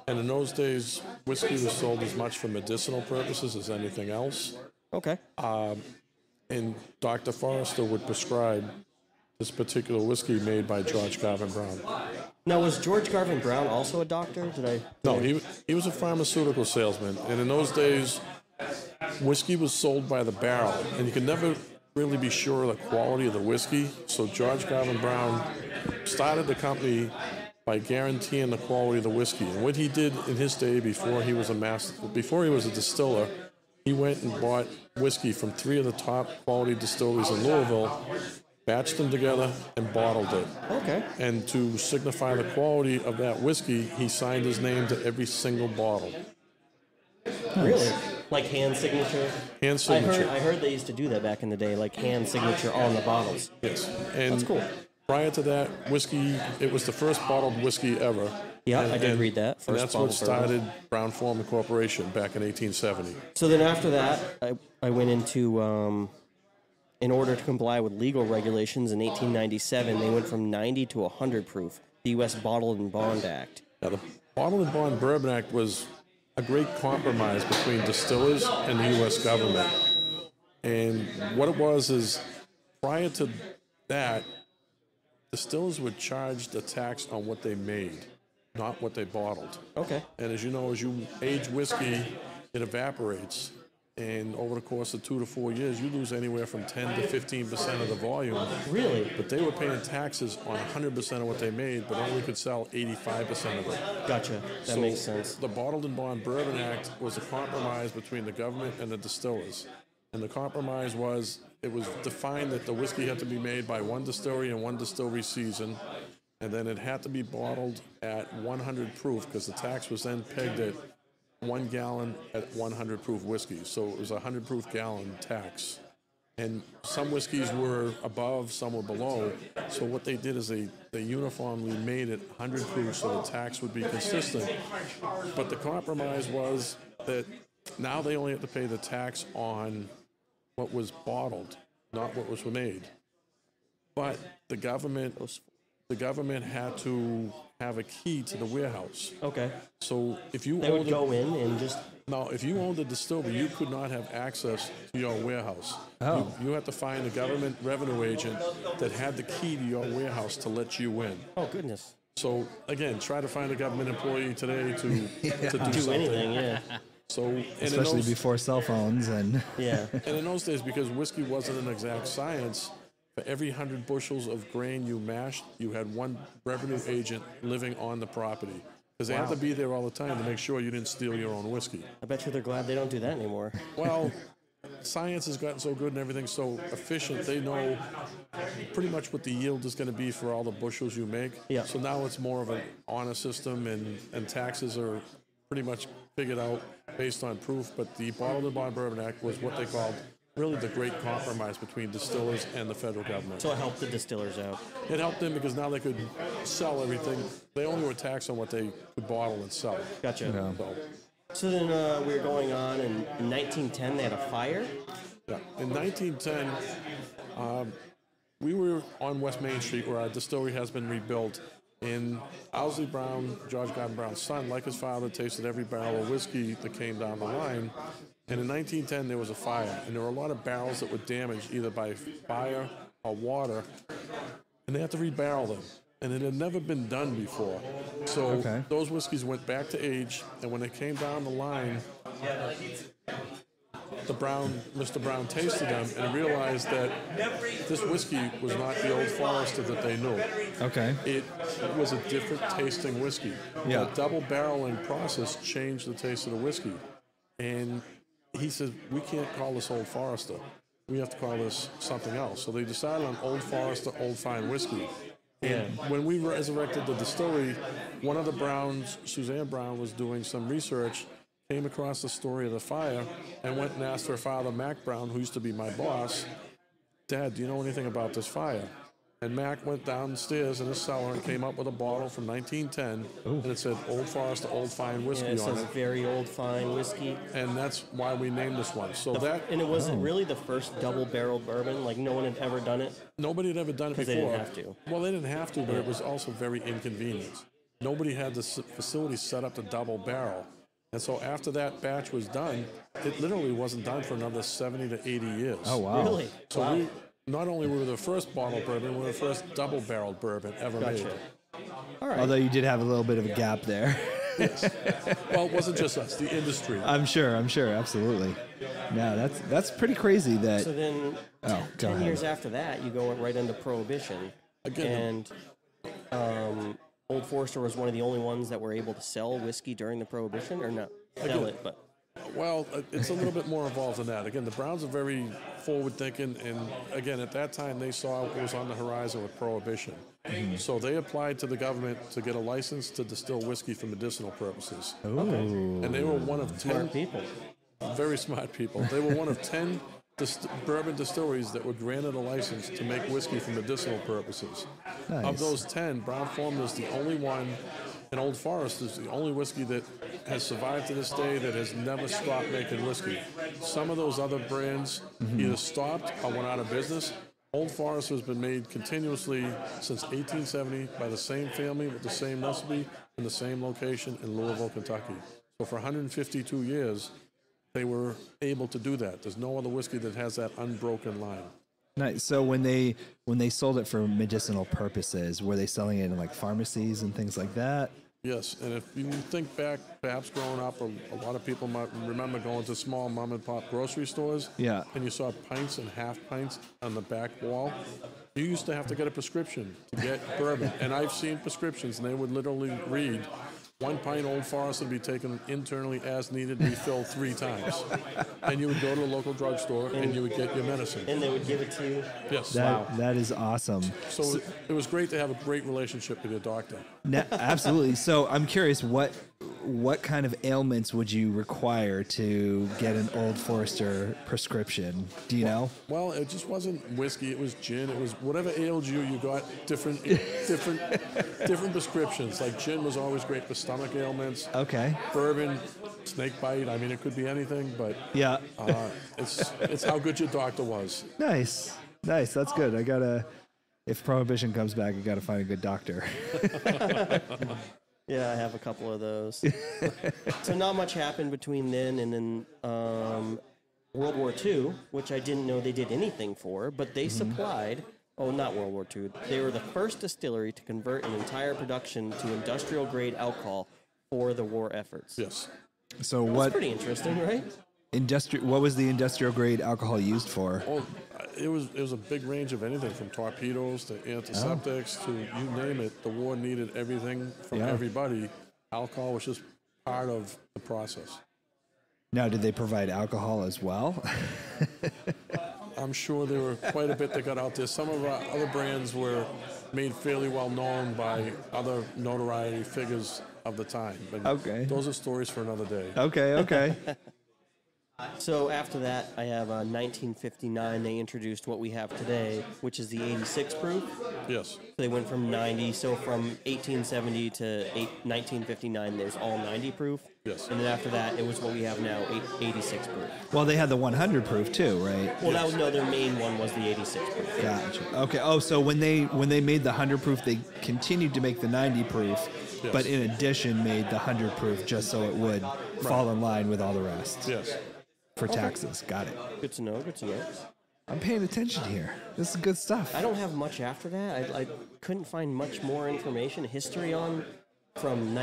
and in those days, whiskey was sold as much for medicinal purposes as anything else. Okay. And Dr. Forrester would prescribe this particular whiskey made by George Garvin Brown. Now, was George Garvin Brown also a doctor? Did I? No, he, he was a pharmaceutical salesman, and in those days, whiskey was sold by the barrel, and you could never really be sure of the quality of the whiskey. So George Garvin Brown started the company by guaranteeing the quality of the whiskey. And what he did in his day before he was a master, before he was a distiller, he went and bought whiskey from three of the top quality distilleries in Louisville, batched them together, and bottled it. Okay. And to signify the quality of that whiskey, he signed his name to every single bottle. Really? Like hand signature? Hand I heard, signature. I heard they used to do that back in the day, like hand signature on the bottles. Yes. And That's cool. Prior to that, whiskey, it was the first bottled whiskey ever. Yeah, And- I did and- read that. and First that's what bottled bourbon. started Brown Forman Corporation back in 1870. So then after that, I, I went into, um, in order to comply with legal regulations in 1897, they went from 90 to 100 proof, the U.S. Bottled and Bond Act. Now, the Bottled and Bond Bourbon Act was a great compromise between distillers and the U.S. government. And what it was is, prior to that, distillers were charged a tax on what they made, not what they bottled. Okay. And as you know, as you age whiskey, it evaporates. And over the course of two to four years, you lose anywhere from 10 to 15 percent of the volume. Really? But they were paying taxes on 100 percent of what they made, but only could sell 85 percent of it. Gotcha. That So makes sense. The Bottled and Bond Bourbon Act was a compromise between the government and the distillers. And the compromise was it was defined that the whiskey had to be made by one distillery in one distillery season, and then it had to be bottled at 100 proof because the tax was then pegged at one gallon at 100 proof whiskey. So it was a 100 proof gallon tax. And some whiskeys were above, some were below. So what they did is they, they uniformly made it 100 proof so the tax would be consistent. But the compromise was that now they only had to pay the tax on what was bottled, not what was made. But the government, the government had to have a key to the warehouse. Okay. So if you They would owned a, go in and just, now, if you owned a distillery, you could not have access to your warehouse. Oh. You, you had to find a government revenue agent that had the key to your warehouse to let you in. oh, goodness. So again, try to find a government employee today to, [laughs] to do, Do something. anything, yeah. So and Especially in those, before cell phones and [laughs] Yeah. And in those days, because whiskey wasn't an exact science, for every hundred bushels of grain you mashed, you had one revenue agent living on the property because they had to be there all the time to make sure you didn't steal your own whiskey. I bet you they're glad they don't do that anymore. Well, science has gotten so good and everything's so efficient, they know pretty much what the yield is going to be for all the bushels you make. Yeah. So now it's more of an honor system, and, and taxes are pretty much figured out based on proof. But the Bottled and Bond Bourbon Act was what they called really the great compromise between distillers and the federal government. So it helped the distillers out. it helped them because now they could sell everything. They only were taxed on what they could bottle and sell. Gotcha. So, So then uh, we were going on, and in 1910 they had a fire. Yeah. In 1910, um, we were on West Main Street where our distillery has been rebuilt, And Owsley Brown, George Gordon Brown's son, like his father, tasted every barrel of whiskey that came down the line. And in 1910, there was a fire, and there were a lot of barrels that were damaged either by fire or water, and they had to rebarrel them. And it had never been done before. So Okay. those whiskeys went back to age, and when they came down the line, the Brown, Mr. Brown tasted them and realized that this whiskey was not the old Forester that they knew Okay. it was a different tasting whiskey. Yeah. The double barreling process changed the taste of the whiskey. And he said, we can't call this Old Forester. We have to call this something else. So they decided on Old Forester Old Fine Whiskey. And when we resurrected the distillery, one of the Browns, Suzanne Brown, was doing some research, came across the story of the fire, and went and asked her father, Mac Brown, who used to be my boss, Dad, do you know anything about this fire? And Mac went downstairs in his cellar and came up with a bottle from 1910, and it said Old Forester Old Fine Whiskey Yeah, it on says it, very old fine whiskey. and that's why we named this one. So that and it wasn't really the first double barrel bourbon. Like no one had ever done it. nobody had ever done it 'Cause they before. didn't have to. Well, they didn't have to, but it was also very inconvenient. Nobody had the s- facility set up to double barrel, and so after that batch was done, it literally wasn't done for another 70 to 80 years. Oh wow. Really? So we not only were we the first bottle bourbon, we were the first double barreled bourbon ever made. Gotcha. All right. Although you did have a little bit of a gap there. [laughs] Well, it wasn't just us, the industry. I'm sure. I'm sure. Absolutely. No, that's that's pretty crazy. That so then, Oh, go ten ahead. years after that, you go right into prohibition. Again, and um, Old Forester was one of the only ones that were able to sell whiskey during the prohibition, or not sell it, but Well, uh, it's a little bit more involved than that. Again, the Browns are very forward thinking, and again, at that time, they saw what was on the horizon with prohibition. Mm-hmm. So they applied to the government to get a license to distill whiskey for medicinal purposes. And they were one of 10 smart people. very smart people. They were one of 10 dist- bourbon distilleries that were granted a license to make whiskey for medicinal purposes. Nice. Of those 10, Brown Forman is the only one, and Old Forest is the only whiskey that has survived to this day that has never stopped making whiskey. Some of those other brands either stopped or went out of business. Old Forest has been made continuously since 1870 by the same family with the same recipe in the same location in Louisville, Kentucky. So for 152 years, they were able to do that. There's no other whiskey that has that unbroken line. nice. So when they when they sold it for medicinal purposes, were they selling it in like pharmacies and things like that? Yes, and if you think back, perhaps growing up, a, a lot of people might remember going to small mom and pop grocery stores. Yeah. And you saw pints and half pints on the back wall. You used to have to get a prescription to [laughs] get bourbon. And I've seen prescriptions, and they would literally read one pint Old Forester to be taken internally as needed, refilled [laughs] three times. and you would go to the local drugstore and you would get your medicine. And they would give it to you. Yes. That that is awesome. So it- it was great to have a great relationship with your doctor. Na- absolutely. So I'm curious what what kind of ailments would you require to get an Old Forester prescription? Do you know? Well, it just wasn't whiskey. It was gin. It was whatever ailed you. You got different, different, different prescriptions. Like gin was always great for stomach ailments. Okay. Bourbon, snake bite. I mean, it could be anything, but Yeah. uh, it's it's how good your doctor was. Nice. Nice. That's good. I gotta. If prohibition comes back, I gotta find a good doctor. Yeah, I have a couple of those. so not much happened between then and then um, World War II, which I didn't know they did anything for, but they supplied. Oh, not World War II. They were the first distillery to convert an entire production to industrial grade alcohol for the war efforts. Yes. So That's what pretty interesting, right? industrial? What was the industrial grade alcohol used for? Well, Oh, it was it was a big range of anything from torpedoes to antiseptics to you name it. The war needed everything from Yeah. everybody. Alcohol was just part of the process. Now, did they provide alcohol as well? [laughs] I'm sure there were quite a bit that got out there. Some of our other brands were made fairly well known by other notoriety figures of the time. And Okay. Those are stories for another day. okay. Okay. So after that, I have uh, 1959. They introduced what we have today, which is the 86 proof. Yes. They went from 90, so from 1870 to eight, 1959, there's all 90 proof. Yes. And then after that, it was what we have now, eight, 86 proof. Well, they had the 100 proof too, right? Well, that was no, their main one was the 86 proof. Gotcha. Okay. Oh, so when they when they made the 100 proof, they continued to make the 90 proof, Yes. but in addition made the 100 proof just so it would fall in line with all the rest Yes. for taxes. Got it. Good to know. Good to know. I'm paying attention here. This is good stuff. I don't have much after that. I, I couldn't find much more information, history on from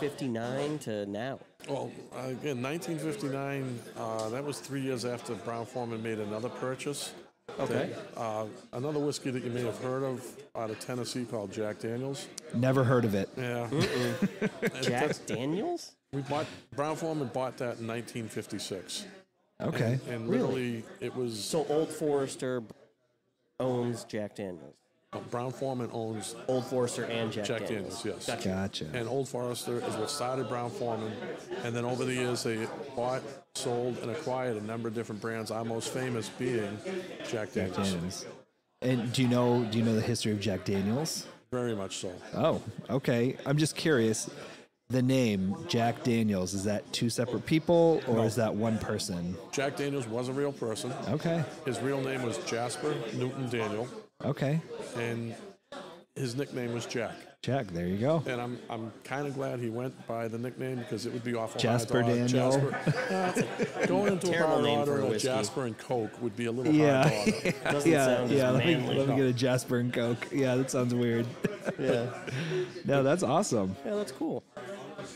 1959 to now. Well, again, 1959. Uh, that was three years after Brown Forman made another purchase. Okay. Uh, another whiskey that you may have heard of out of Tennessee called Jack Daniels. Never heard of it. Yeah. [laughs] Jack Daniels? we bought Brown Forman bought that in 1956, Okay. and literally it was So Old Forester owns Jack Daniels. uh, Brown Forman owns Old Forester and Jack, Jack Daniels. Daniels. Yes. Gotcha. Gotcha. And Old Forester is what started Brown Forman, and then over the years they bought, sold, and acquired a number of different brands. Our most famous being Jack Daniels. Daniels. And do you know do you know the history of Jack Daniels? Very much so. Oh, okay. I'm just curious. The name Jack Daniels is that two separate people or is that one person? Jack Daniels was a real person. Okay. His real name was Jasper Newton Daniel, Okay. and his nickname was Jack. Jack, there you go. And I'm I'm kind of glad he went by the nickname because it would be awful. Jasper hard to Daniel. Jasper. going into a Terrible bar name for a ordering a whiskey. Jasper and Coke would be a little hard to Yeah. order. Doesn't yeah. sound as Yeah. Let me, manly. let me get a Jasper and Coke. Yeah, that sounds [laughs] weird. Yeah. [laughs] no, that's awesome. Yeah, that's cool.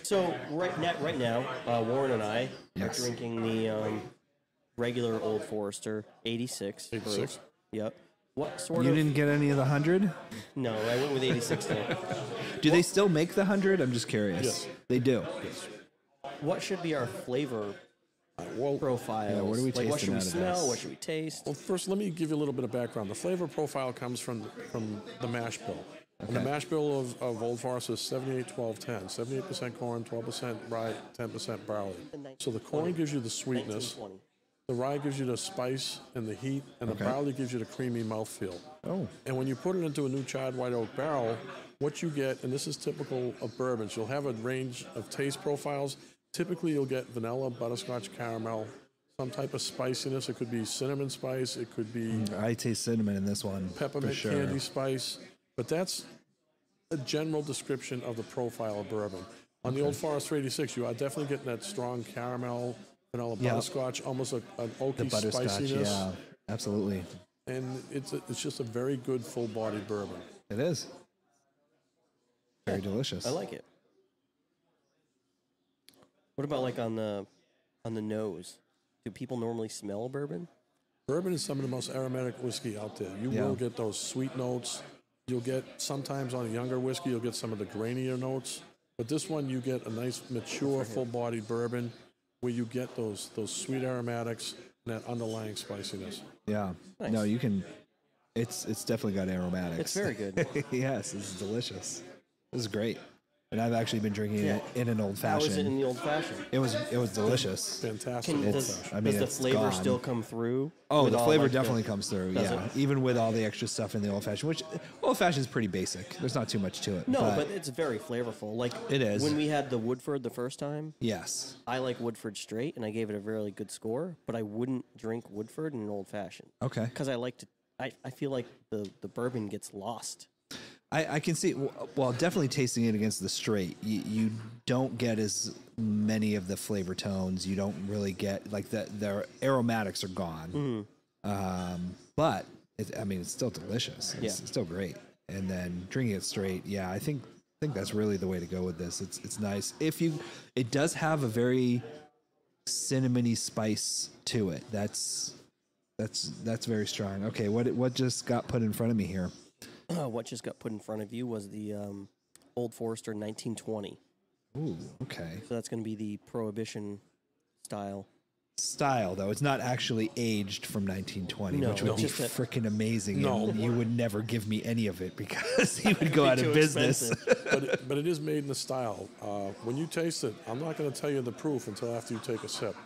So right now, right now, uh, Warren and I Yes. are drinking the um, regular Old Forester 86. proof. 86. Yep. What sort You of? didn't get any of the 100? No, I went with 86. now. Do they still make the 100? I'm just curious. Yes. They do. What should be our flavor Well, profile? Yeah, what are we like, What tasting should we out of smell? this? What should we taste? Well, first, let me give you a little bit of background. The flavor profile comes from from the mash bill. And the Okay. mash bill of, of Old Forest is 78, 12, 10. 78% corn, 12% rye, 10% barley. So the corn gives you the sweetness, 1920. the rye gives you the spice and the heat, and Okay. the barley gives you the creamy mouthfeel. Oh. And when you put it into a new charred white oak barrel, what you get, and this is typical of bourbons, you'll have a range of taste profiles. Typically, you'll get vanilla, butterscotch, caramel, some type of spiciness. It could be cinnamon spice, it could be I taste cinnamon in this one. Mm. for peppermint sure. candy spice. But that's a general description of the profile of bourbon. On the Old Forest 86, you are definitely getting that strong caramel, vanilla, Yeah. butterscotch, almost a, an The oaky butterscotch. spiciness. Yeah. Absolutely. And it's, a, it's just a very good full bodied bourbon. It is. Very delicious. Oh, I like it. What about like on the on the nose? Do people normally smell bourbon? Bourbon is some of the most aromatic whiskey out there. You Yeah. will get those sweet notes. You'll get sometimes on a younger whiskey, you'll get some of the grainier notes. But this one, you get a nice, mature, full-bodied bourbon, where you get those those sweet aromatics and that underlying spiciness. Yeah. No, you can. It's it's definitely got aromatics. It's very good. [laughs] yes, it's delicious. This is great, and I've actually been drinking it in an old How is it fashioned. in It, the old fashioned? was it was delicious. Fantastic. Can, old does, fashioned. I mean, does the it's flavor gone. still come through? Oh, with the all, flavor like, the- definitely comes through. Does Yeah, it? even with all the extra stuff in the old fashioned, which old fashioned is pretty basic. There's not too much to it. No, but, it's very flavorful. Like It is. When we had the Woodford the first time, yes, I like Woodford straight, and I gave it a really good score. But I wouldn't drink Woodford in an old fashioned okay. because I like to. I, I feel like the, the bourbon gets lost. [clears throat] I, I can see. Well, definitely tasting it against the straight, you, you don't get as many of the flavor tones. You don't really get like the their aromatics are gone. Um, but it, I mean, it's still delicious. It's, Yeah. it's still great. And then drinking it straight, yeah, I think I think that's really the way to go with this. It's it's nice if you. It does have a very cinnamony spice to it. That's that's that's very strong. Okay, what what just got put in front of me here? what just got put in front of you was the um, Old Forester 1920. Ooh, okay. So that's going to be the Prohibition style. style though it's not actually aged from 1920 No, which would no. be Just that- freaking amazing No. and you would never give me any of it because [laughs] he would go out too of business expensive. but, it, but it is made in the style. Uh, when you taste it, I'm not going to tell you the proof until after you take a sip.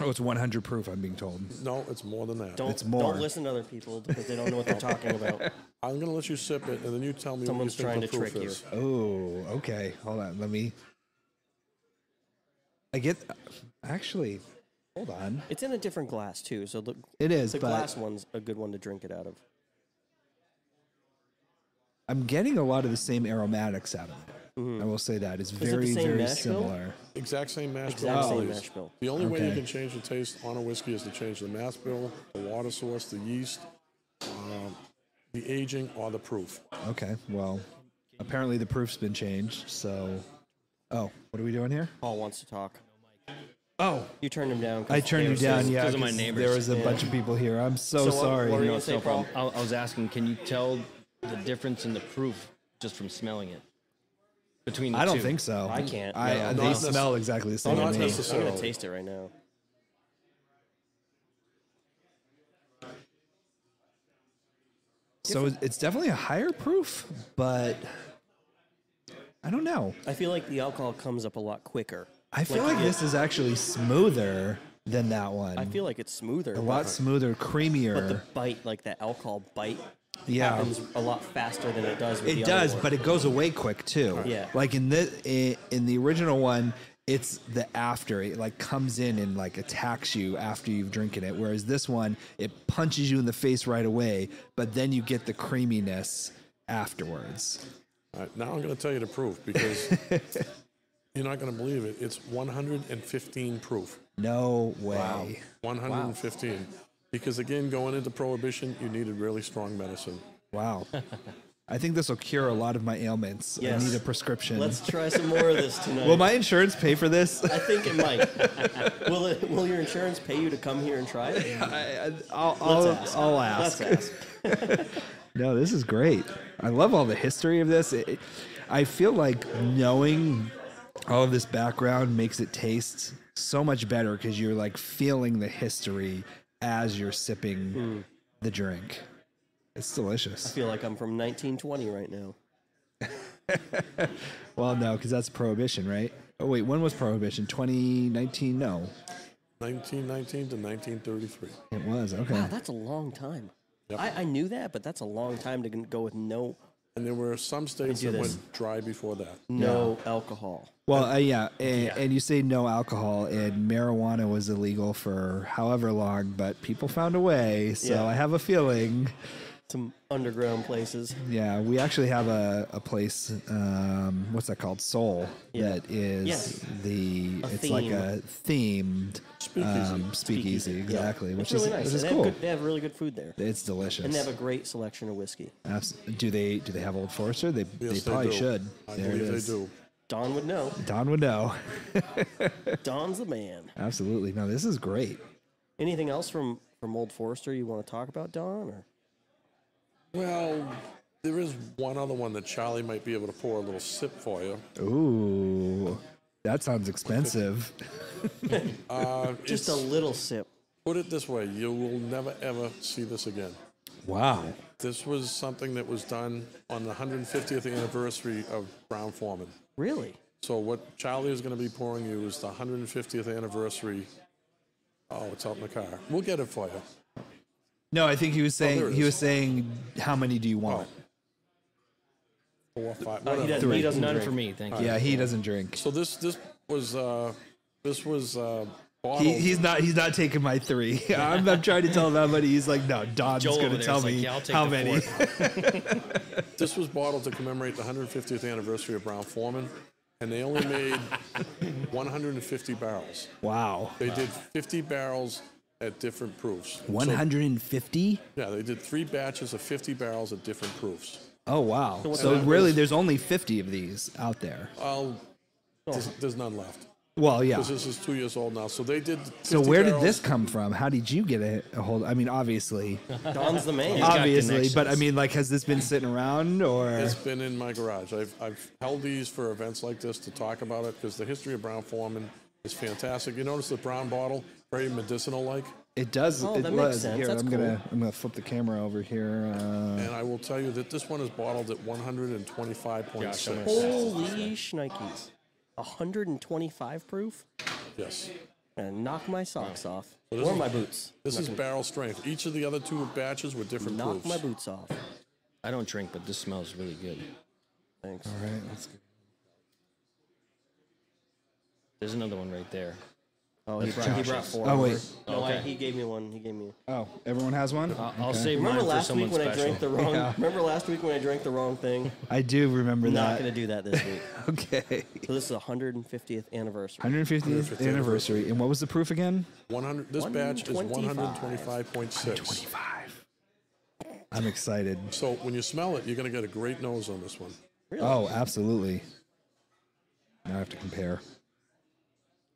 Oh, it's 100 proof. I'm being told. No, it's more than that. Don't, It's more. don't listen to other people because they don't know what [laughs] they're talking about. I'm gonna let you sip it, and then you tell me Someone's what trying to you think the proof trick you. is. Oh, okay. Hold on. Let me. I get. Actually, hold on. It's in a different glass too, so the It is, the but- glass one's a good one to drink it out of. I'm getting a lot of the same aromatics out of it. I will say that it's Mm-hmm. the very, same very mash bill? similar. Exact same mash Exact bill. same please. mash bill. The only way you Okay. can change the taste on a whiskey is to change the mash bill, the water source, the yeast, um, the aging, or the proof. Okay. Well, apparently the proof's been changed. So, oh, what are we doing here? Paul wants to talk. Oh, You turned him down. 'cause I turned they you were down. saying- Yeah, those are my 'cause neighbors. there was a bunch of people here. I'm so, So what- sorry. what were you No, gonna it's say, no Paul? problem. I, I was asking, can you tell the difference in the proof just from smelling it? Between the I don't two? think so. I can't, I, uh, no. they Not necess- smell exactly the same. not to me. necess- I'm gonna So- taste it right now. So it's definitely a higher proof, but I don't know. I feel like the alcohol comes up a lot quicker. I feel like, you this get- is actually smoother than that one. I feel like it's smoother. a lot but- smoother, creamier. But the bite, like that alcohol bite, Yeah. happens a lot faster than it does. With the It does, other one. but it goes away quick too. Yeah. Like in the i- in the original one, it's the after it like comes in and like attacks you after you've drinking it. Whereas this one, it punches you in the face right away, but then you get the creaminess afterwards. All right, now I'm gonna tell you the proof because [laughs] you're not gonna believe it. It's 115 proof. No way. 115. Because again, going into prohibition, you needed really strong medicine. Wow. [laughs] I think this will cure a lot of my ailments. Yes. I need a prescription. Let's try some more of this tonight. Will my insurance pay for this? [laughs] I think it might. [laughs] will it, Will your insurance pay you to come here and try it? I, I'll, Let's I'll, ask. I'll ask. Let's ask. [laughs] No, this is great. I love all the history of this. It, it- I feel like knowing all of this background makes it taste so much better because you're like feeling the history as you're sipping Hmm. the drink. It's I delicious. feel like I'm from 1920 right now. Well, no, because that's prohibition, right? Oh wait, when was prohibition? 2019? No, 1919 to 1933. it was. Okay. Wow, that's a long time. I, I knew that, but that's a long time to go with no And there were some states do that this. went dry before that. no alcohol. Well, uh, yeah, and, and you say no alcohol, and marijuana was illegal for however long, but people found a way. So Yeah. I have a feeling, Some underground places. yeah, we actually have a, a place. Um, what's that called? Soul. Yeah. That is Yes. the. A it's like theme. a themed Speakeasy. um, speakeasy, Yeah. exactly, It's which really is nice. which is they, cool. have good, they have really good food there. it's delicious. And they have a great selection of whiskey. Abs- do they do they have Old Forester? They Yes, they probably do. should. I there it believe they is. do. Don [laughs] would know. Don would know. Don's the man. Absolutely. No, this is great. Anything else from, from Old Forester you want to talk about, Don? Or Well, there is one other one that Charlie might be able to pour a little sip for you. Ooh, that sounds expensive. Uh, just a it's- little sip. put it this way: you will never ever see this again. Wow. This was something that was done on the 150th anniversary of Brown Foreman. Really? So what Charlie is going to be pouring you is the 150th anniversary. Oh, it's out in the car. We'll get it for you. No, I think he was saying Oh, there it he is. was saying how many do you want? Four, five, Uh, he whatever. doesn't, he doesn't None drink. Uh, for [laughs] me, Oh. thank you. yeah, he doesn't drink. So this this was uh, this was uh, bottled. He, he's not he's not taking my three. [laughs] I'm, I'm trying to tell him how many. He's like, no, Don's Joel going over to there tell is like, me "Yeah, I'll take how the many. this was bottled to commemorate the 150th anniversary of Brown Foreman, and they only made [laughs] 150 barrels. [laughs] wow, They did 50 barrels at different proofs. So- 150. yeah, they did three batches of 50 barrels at different proofs. Oh wow. So, what about really, there's only 50 of these out there. Well, there's, there's none left Well, yeah. because this is two years old now. So they did. So 50 where did barrels. this come from? How did you get a, a hold? I mean, obviously, Don's the man. got obviously, but I connections. mean, like, has this been sitting around or? It's been in my garage. I've, I've held these for events like this to talk about it because the history of Brown Foreman is fantastic. You notice the brown bottle, very medicinal like. It does. Oh, it that makes was. sense. Here, That's I'm gonna cool. I'm gonna flip the camera over here. Uh, And I will tell you that this one is bottled at 125.6. Holy shnikes. 125 proof? yes. and knock my socks off or my boots. This is barrel strength. Each of the other two batches were different Knock proofs. my boots off. I don't drink, but this smells really good. Thanks. All right, let's go. There's another one right there. Oh, he That's brought, he Josh's. brought four. Oh, over. wait. No, I, Okay. he gave me one. He gave me. Oh, everyone has one. I'll, I'll save mine Remember for last someone week when I special. drank the wrong. Yeah. Remember last week when I drank the wrong thing. I do remember Not that. gonna do that this week. Okay. [laughs] So this is the 150th anniversary. 150th anniversary. And what was the proof again? 100. This batch is 125.6. Five. I'm excited. So when you smell it, you're gonna get a great nose on this one. Oh, absolutely. Now I have to compare.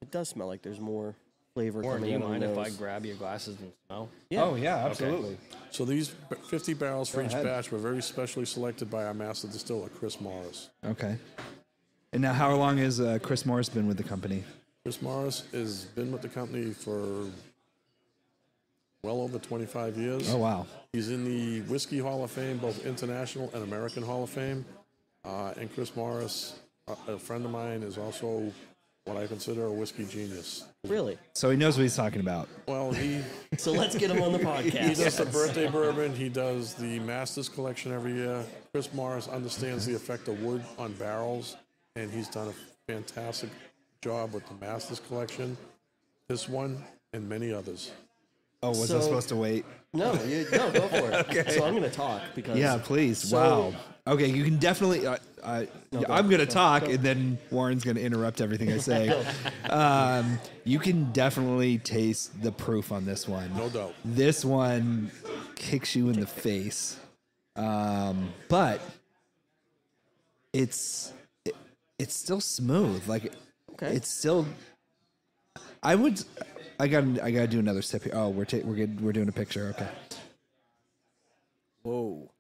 It does smell like there's more flavor Warren, do coming you out of the mind if I nose. grab your glasses and smell? Yeah. Oh yeah, absolutely. So these b- 50 barrels for each ahead. batch were very specially selected by our master distiller, Chris Morris. Okay. And now, how long has uh, Chris Morris been with the company? Chris Morris has been with the company for well over 25 years. Oh wow. He's in the Whiskey Hall of Fame, both International and American Hall of Fame. Uh, and Chris Morris, uh, a, a friend of mine, is also what I consider a whiskey genius. Really? So he knows what he's talking about. Well, he So let's get [laughs] him on the He podcast. does the birthday bourbon. He does the Masters collection every year. Chris Morris understands the effect of wood on barrels, and he's done a fantastic job with the Masters collection. This one and many others. Oh, was I So- supposed to wait? No, you, no, go for [laughs] it. So I'm gonna talk because Yeah, please. So- wow. Okay, you can definitely. Uh, I, I'm going to talk, and then Warren's going to interrupt everything I [laughs] say. um, you can definitely taste the proof on this one. No doubt. This one kicks you in the face, um, but it's it, it's still smooth. Like Okay. it's still. I would. I got. to I got to do another sip here. Oh, we're ta- we're good, we're doing a picture. Okay. Whoa.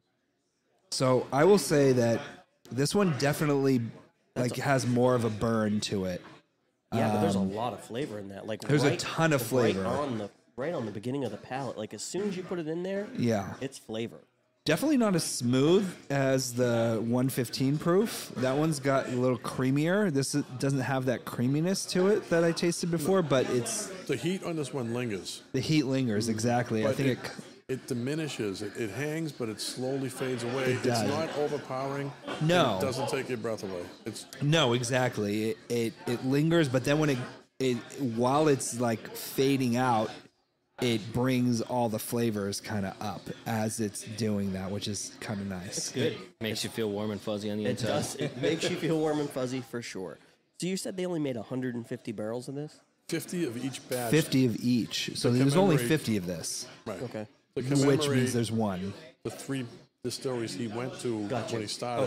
So I will say that this one definitely like has more of a burn to it. Yeah, but there's a lot of flavor in that. Like Um, There's a right- ton of flavor. right on the right on the beginning of the palate. Like as soon as you put it in there, Yeah. it's flavor. Definitely not as smooth as the 115 proof. That one's got a little creamier. This is- doesn't have that creaminess to it that I tasted before, but it's The heat on this one lingers. the heat lingers exactly. I but think it, it diminishes. It, it hangs, but it slowly fades away. does. It's not overpowering. and No. It doesn't take your breath away. It's No, exactly. It, it it lingers, but then when it it while it's like fading out, it brings all the flavors kind of up as it's doing that, which is kind of nice. Good. Makes you feel warm and fuzzy on the It inside. does. It makes you feel warm and fuzzy for sure. So you said they only made 150 barrels of this? 50 of each batch. 50 of each. So there's only commemorate- 50 of this, Right. Okay. To which means commemorate there's one. the three distilleries he went to Gotcha. when he started.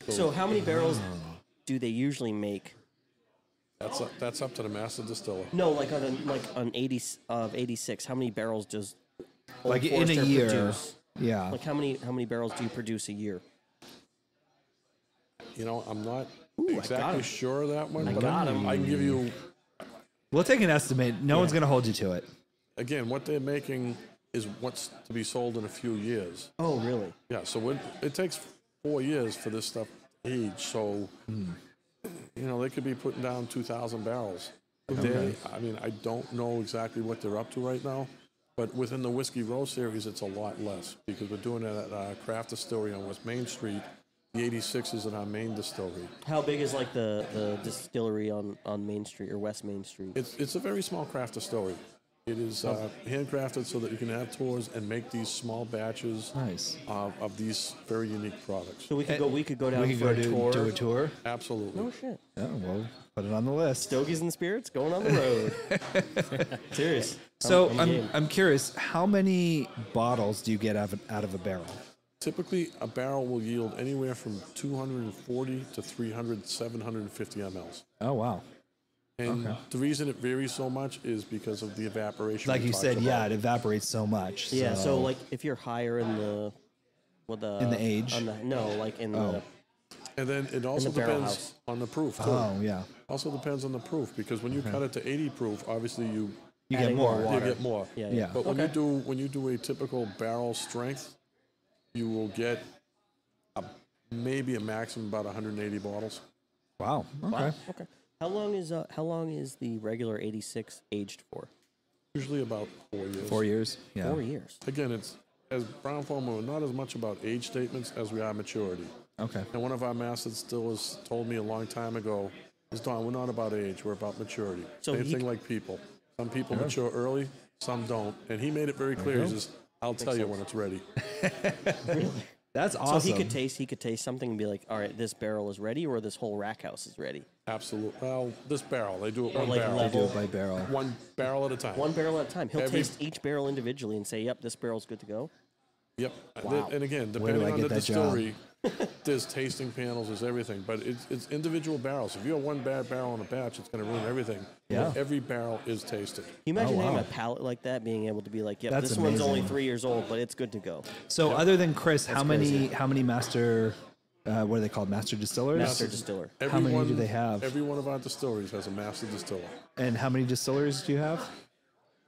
Okay. So how many barrels do they usually make? That's up, that's up to the master distiller. No, like on a, like on 80 of 86. How many barrels does Old Like in a Forester year. Produce? Yeah. Like how many how many barrels do you produce a year? You know, I'm not I got exactly him. sure of that one, but got him. I can give you we'll take an estimate. No one's going to hold you to it. again what they're making is what's to be sold in a few years. Oh, really? Yeah, so it, it takes four years for this stuff to age. So you know they could be putting down two thousand barrels. a day. I mean, I don't know exactly what they're up to right now, but within the whiskey row series, it's a lot less because we're doing it at our craft distillery on West Main Street. The 86 is in our main distillery. How big is like the, the distillery on, on Main Street or West Main Street? It's, it's a very small craft distillery. It is uh, handcrafted so that you can have tours and make these small batches Nice. of, of these very unique products. so we could go we could go down We could for go a do, tour. do a tour. Absolutely. Oh shit. Oh, well, put it on the list. Stogies and spirits going on the road. [laughs] Serious. So um, I'm, game. I'm curious, how many bottles do you get out of, out of a barrel? Typically, a barrel will yield anywhere from 240 to 300, 750 mLs. Oh, wow. And the reason it varies so much is because of the evaporation. Like we you talked said, yeah, about. it evaporates so much. Yeah, so like if you're higher in the well the In the age? on the, no, like in Oh. And then it also the barrel depends house. on the proof. Too. oh yeah, Also depends on the proof because when you cut it to 80 proof, obviously you you get Adding more more. you water. get more. the yeah, Yeah. yeah. But when you do when you do a typical barrel strength, you will get a, maybe a maximum about 180 bottles. Wow. Okay. Okay. How long is uh, how long is the regular 86 aged for? Usually about four years. Four years. Yeah. Four years. Again, it's as Brown Forman, we're not as much about age statements as we are maturity. Okay. And one of our masters still has told me a long time ago is Don, we're not about age, we're about maturity. So Same he- thing like people. Some people mature early, some don't. And he made it very clear. He says, I'll tell you when it's ready. That's awesome. So he could taste he could taste something and be like, all right, this barrel is ready, or this whole rack house is ready. Absolutely. Well, this barrel, they do it one like barrel. level. do it by barrel. One barrel at a time. One barrel at a time. He'll Every- taste each barrel individually and say, yep, this barrel's good to go. Yep. And Wow. And again, do depending I on the get that job? [laughs] distillery, there's tasting panels, there's everything. But it's, it's individual barrels. If you have one bad barrel in a batch, it's going to ruin everything. Yeah. Every barrel is tasted. Can you imagine Oh, wow. having a palate like that, being able to be like, yep, That's this one's only amazing. three years old, but it's good to go. So other than Chris, how many crazy. how many master uh, what are they called? Master distillers? Master distiller. How many Everyone- do they have? Every one of our distilleries has a master distiller. and how many distillers do you have?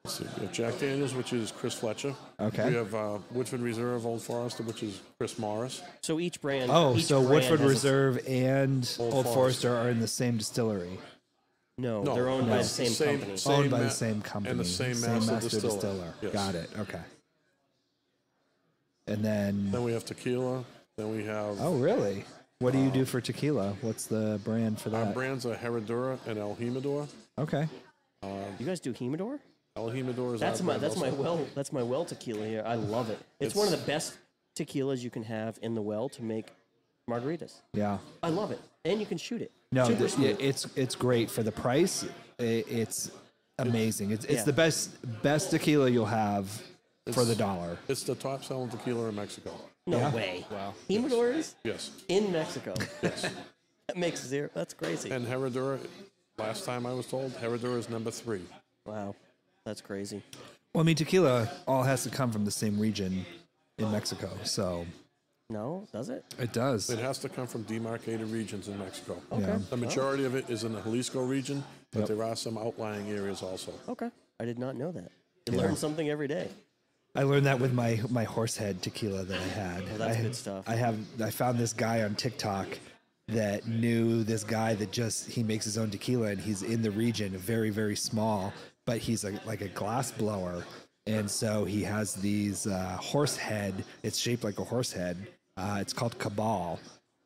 Let's see, we have Jack Daniels, which is Chris Fletcher. Okay. We have uh, Woodford Reserve Old Forester, which is Chris Morris. So each brand. Oh, each so brand Woodford has a- Reserve and Old, Old Forester. are in the same distillery, no, No, they're owned by the it's same, company. Same owned by ma- the same company and the same master distiller. Yes. Got it. Okay. And then Then we have tequila. Then we have oh really? What do you do for tequila? What's the brand for our that? brands are Herradura and El Jimador. okay. You guys do humidor? El Jimador is That's our my brand that's my also. well that's my well tequila here. I love it. It's, one of the best tequilas you can have in the well to make margaritas. Yeah. I love it, and you can shoot it. No, Super th- smooth. yeah, it's it's great for the price. i it's amazing. It's it's Yeah. the best best tequila you'll have for the dollar. It's the top selling tequila in Mexico. No way. Wow. Humidors Yes. in Mexico. [laughs] that makes zero. That's crazy. And Herradura, last time I was told, Herradura is number three. wow. That's crazy. Well, I mean, tequila all has to come from the same region in Mexico, so No, does it? it does. It has to come from demarcated regions in Mexico. Yeah. The majority of it is in the Jalisco region, but Yep. there are some outlying areas also. Okay. I did not know that. You Yeah. learn something every day. I learned that with my my horsehead tequila that I had. Oh, that's I, good stuff. I have I found this guy on TikTok that knew this guy that just he makes his own tequila and he's in the region, very very small, but he's a, like a glass blower, and so he has these uh, horse head. It's shaped like a horse head. Uh, it's called Cabal,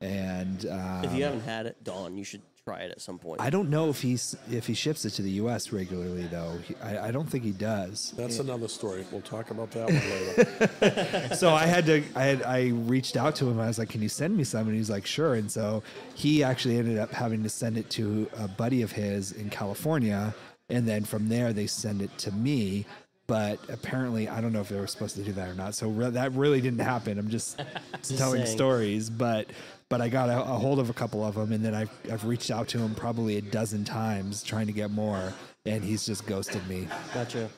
and uh, If you haven't had it, Dawn, you should try it at some point. I don't know if he's if he ships it to the U.S. regularly though. He, I, I don't think he does. That's another story. We'll talk about [laughs] that one later. so I had to, I had, I reached out to him. I was like, "Can you send me some?" And he's like, "Sure." And so he actually ended up having to send it to a buddy of his in California, and then from there they send it to me. But apparently, I don't know if they were supposed to do that or not. So re- that really didn't happen. I'm just, telling saying. stories, but but I got a, a hold of a couple of them, and then I've I've reached out to him probably a dozen times trying to get more, and he's just ghosted me. Gotcha.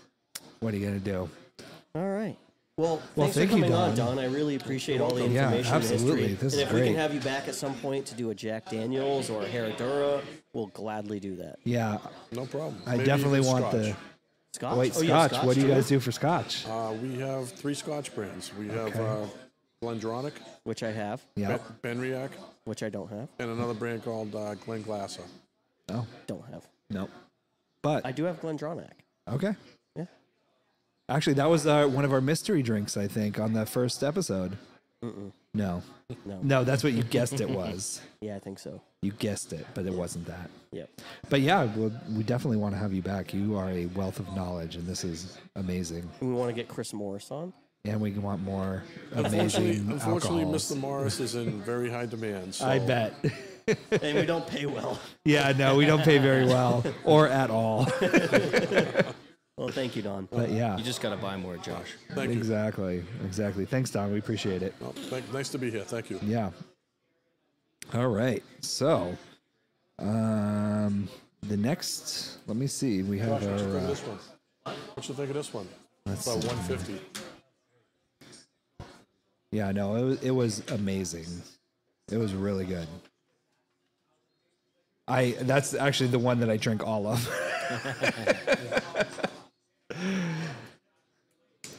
What are you gonna do? All right. Well, Well, thanks thank for you, coming on, Don. Don. I really appreciate all the Yeah, information. and absolutely. History. This and is if we can great. have you back at some point to do a Jack Daniels or a Herradura, we'll gladly do that. Yeah, No problem. I definitely want the. Scotch. White Oh, scotch. you have What do you too? guys do for scotch? the. Uh, we have three Scotch brands. We have uh, Okay. Glendronic, Which I have, yeah. Ben- Benriach, which I don't have. and another brand called uh, Glen Glasser. Oh Don't have. no. But I do have Glendronach. okay. Yeah. Actually, that was uh, one of our mystery drinks. I think on the first episode. No. [laughs] No. No, that's what you guessed it [laughs] was. Yeah, I think so. You guessed it, but it wasn't that. Yep. But yeah, we'll, we definitely want to have you back. You are a wealth of knowledge, and this is amazing. And we want to get Chris Morris on. And we want more Unfortunately, amazing unfortunately alcohols. Mr. Morris is in very high demand. So I bet. and we don't pay well. [laughs] yeah, no, we don't pay very [laughs] well or at all. Well, thank you, Don. But yeah, You just got to buy more, Josh. Thank you. exactly, exactly. Thanks, Don. We appreciate it. Well, thank, nice to be here. Thank you. Yeah. All right. So, um, the next, let me see. We Josh, have what you our. think of Uh, this one? What you think of this one? Let's It's about see. 150. yeah, no, it was, it was amazing. It was really good. I that's actually the one that I drink all of. [laughs]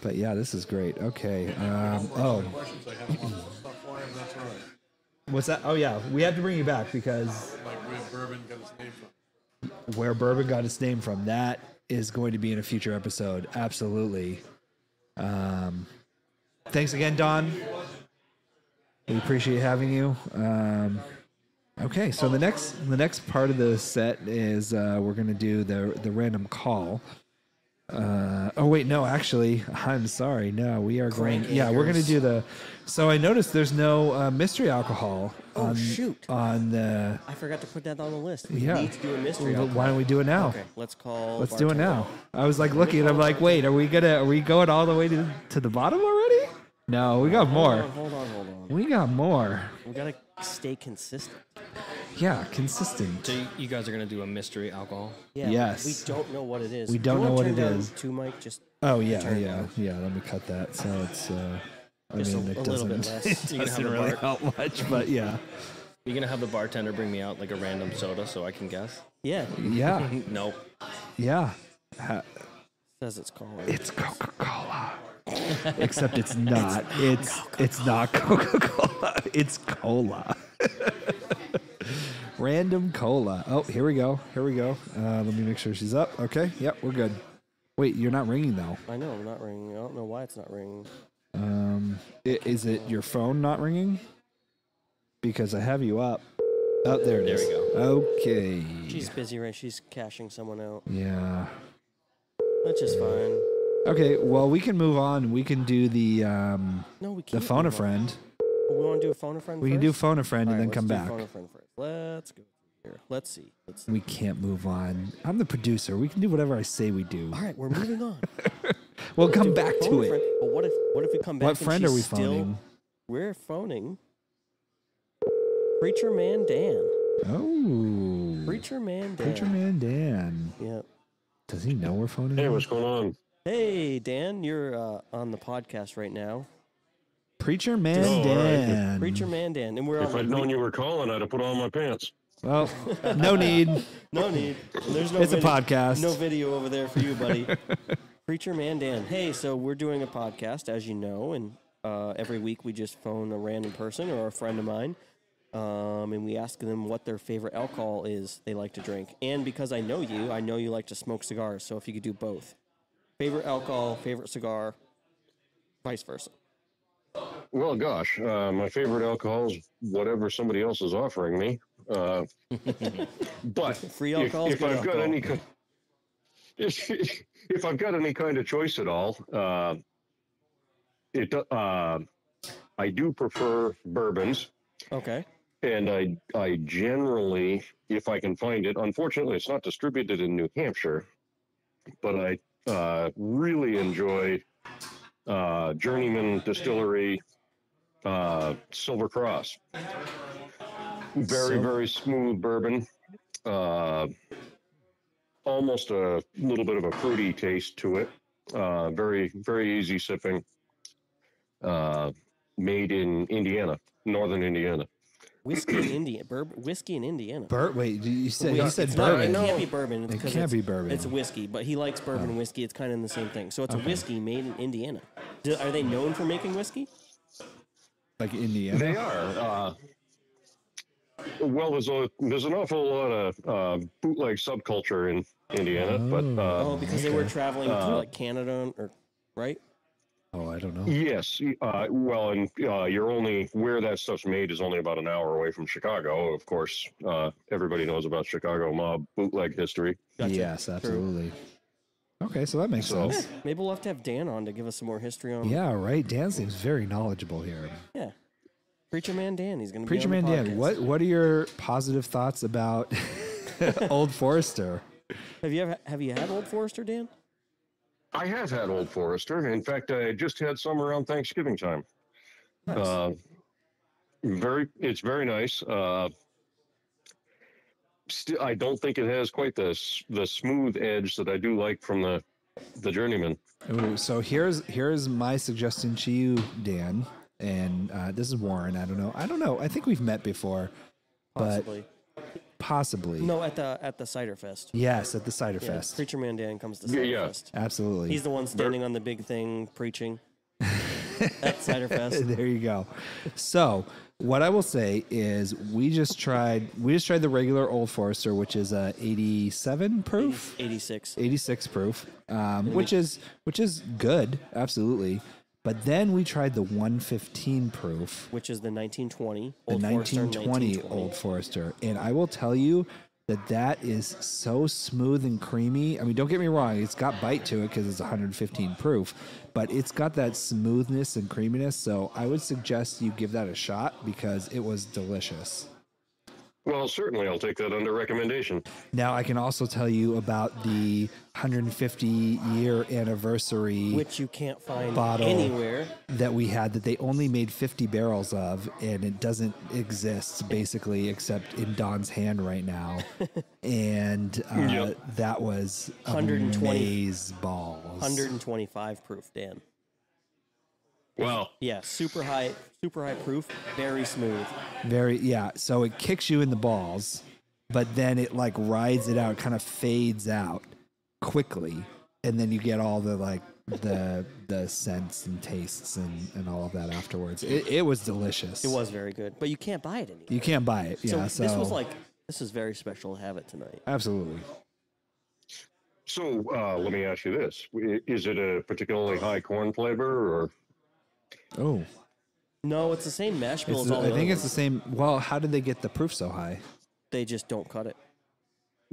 but yeah, this is great. Okay. Um, oh, Questions I have a lot of stuff for him. That's all right. what's that? Oh yeah, we have to bring you back because Like where bourbon got its name from. where bourbon got its name from. That is going to be in a future episode. Absolutely. Um, thanks again, Don. We appreciate having you. Um, okay, so the next the next part of the set is uh, we're gonna do the the random call. Uh, oh wait, no, actually, [laughs] I'm sorry. No, we are going. Yeah, we're gonna do the. So I noticed there's no uh, mystery alcohol. Oh, on, shoot. On the I forgot to put that on the list. We uh, yeah. need to do a mystery. Well, alcohol. Why don't we do it now? Okay, let's call. Let's do it bartender. now. I was like looking, and I'm like, wait, are we gonna? Are we going all the way to to the bottom already? No, we got more. Hold on, hold on, hold on. We got more. We gotta stay consistent. Yeah, consistent. So you- you guys are gonna do a mystery alcohol. Yeah, we- Yes. We don't know what it is. We Do you don't know wanna what turn it down is. Two Mike, just Oh yeah, Turn it yeah, off. yeah. Let me cut that. So it's. Uh, I Just a- mean, it a little doesn't, bit It less. You're [laughs] gonna doesn't have a really bar- help much, but yeah, You gonna have the bartender bring me out like a random soda so I can guess? yeah. yeah, Nope. yeah. Ha- [laughs] Says it's called. It's Coca Cola. [laughs] Except it's not. It's it's not Coca Cola. [laughs] It's cola. [laughs] Random cola. Oh, here we go. Here we go. Uh, let me make sure she's up. Okay. Yep, we're good. Wait, you're not ringing though. I know, I'm not ringing. I don't know why it's not ringing. Um, i- is it your phone not ringing? Because I have you up. Oh, there it There is. we go. Okay. She's busy, right? She's cashing someone out. Yeah. That's just fine. Okay. Well, we can move on. We can do the um, No, we can't. the phone a move on. friend. We want to do a phone a friend. We first? can do phone a friend and then Alright, come let's do back. Phone a friend first. Let's go here. Let's see. Let's see. We can't move on. I'm the producer. We can do whatever I say we do. All right, we're moving on. We'll [laughs] come back Phone to a friend. it. But what if what if we come back? What and friend are she's we still- phoning? We're phoning. Preacher man Dan. Oh. Preacher man Dan. Preacher Man Dan. Yeah. Does he know we're phoning Hey, him? what's going on? Hey Dan, you're uh, on the podcast right now. Preacher Man Oh, all right. Dan. Preacher man Dan, and we're If I'd on. known you were calling, I'd have put on my pants. [laughs] Well, no need. No need. There's no. It's a video- podcast. No video over there for [laughs] you, buddy. Preacher man Dan. Hey, so we're doing a podcast, as you know, and uh, every week we just phone a random person or a friend of mine, um, and we ask them what their favorite alcohol is they like to drink. And because I know you, I know you like to smoke cigars. So if you could do both, favorite alcohol, favorite cigar, vice versa. Well, gosh, uh, my favorite alcohol is whatever somebody else is offering me. [laughs] Uh, but Free if- alcohol is if, good I've alcohol. got any, ki- if, [laughs] if I've got any kind of choice at all, uh, it uh, I do prefer bourbons. Okay. and I I generally, if I can find it, unfortunately, it's not distributed in New Hampshire, but I uh, really enjoy uh, Journeyman Distillery uh, Silver Cross. Very Sil- very smooth bourbon, uh, almost a little bit of a fruity taste to it. Uh, very very easy sipping. Uh, made in Indiana, northern Indiana. Whiskey in Indiana. Bourbon. Whiskey in Indiana. Burt, wait. You said, Whi- you said it's not- bourbon. It can't be bourbon. because can't it's- be bourbon. It's whiskey, but he likes bourbon and whiskey. It's kind of in the same thing. So it's a whiskey made in Indiana. Do, are they known for making whiskey? Like Indiana. They are. Uh, well, there's a there's an awful lot of uh, bootleg subculture in Indiana, but uh, Oh, because they were traveling Uh, through like Canada and- or right? Oh, I don't know. yes, uh, well, and uh, you're only where that stuff's made is only about an hour away from Chicago. Of course, uh, everybody knows about Chicago mob bootleg history. Gotcha. Yes, True. absolutely. Okay, so that makes So- sense. Maybe we'll have to have Dan on to give us some more history on. Yeah, right. Dan seems very knowledgeable here. Yeah. Preacher Man Dan. He's going to be Preacher on Man the Dan, podcast. what what are your positive thoughts about [laughs] Old Forester? have you ever have you had Old Forester Dan? I have had Old Forester. In fact, I just had some around Thanksgiving time. Uh, very, it's very nice. Uh, sti- I don't think it has quite the s- the smooth edge that I do like from the the journeyman. Ooh, so here's here's my suggestion to you, Dan, and uh, this is Warren. I don't know. I don't know. I think we've met before, Possibly. but possibly. no, at the at the Cider Fest. Yes, at the Cider Yeah, Fest. Preacher Man Dan comes to Cider yeah. Fest. Absolutely. [laughs] He's the one standing on the big thing preaching at Cider Fest. there you go. So What I will say is we just tried we just tried the regular Old Forester, which is a 87 proof, 86. 86 proof, um, which is which is good, absolutely. But then we tried the 115 proof, Which is the 1920. the Old Forester 1920 Old Forester, and I will tell you that that is so smooth and creamy. I mean, don't get me wrong; it's got bite to it because it's 115 proof, but it's got that smoothness and creaminess. So I would suggest you give that a shot because it was delicious. Well, certainly I'll take that under recommendation. Now I can also tell you about the 150 year anniversary Which you can't find Bottle. anywhere. that we had that they only made 50 barrels of and it doesn't exist basically except in Don's hand right [laughs] now. and uh, Yep. that was 120. balls. 125 proof, Dan. Wow. Yeah, super high, super high proof, very smooth. Very yeah, so it kicks you in the balls, but then it like rides it out, kind of fades out quickly, and then you get all the like the the scents and tastes and, and all of that afterwards. It, it was delicious. It was very good, but you can't buy it anymore. You can't buy it. Yeah, so, this was like this is very special to have it tonight. absolutely. So uh, let me ask you this: I- Is it a particularly high corn flavor, or Oh, No, it's the same mash bill It's as the- all I the think other it's the ones. same. Well, how did they get the proof so high? They just don't cut it.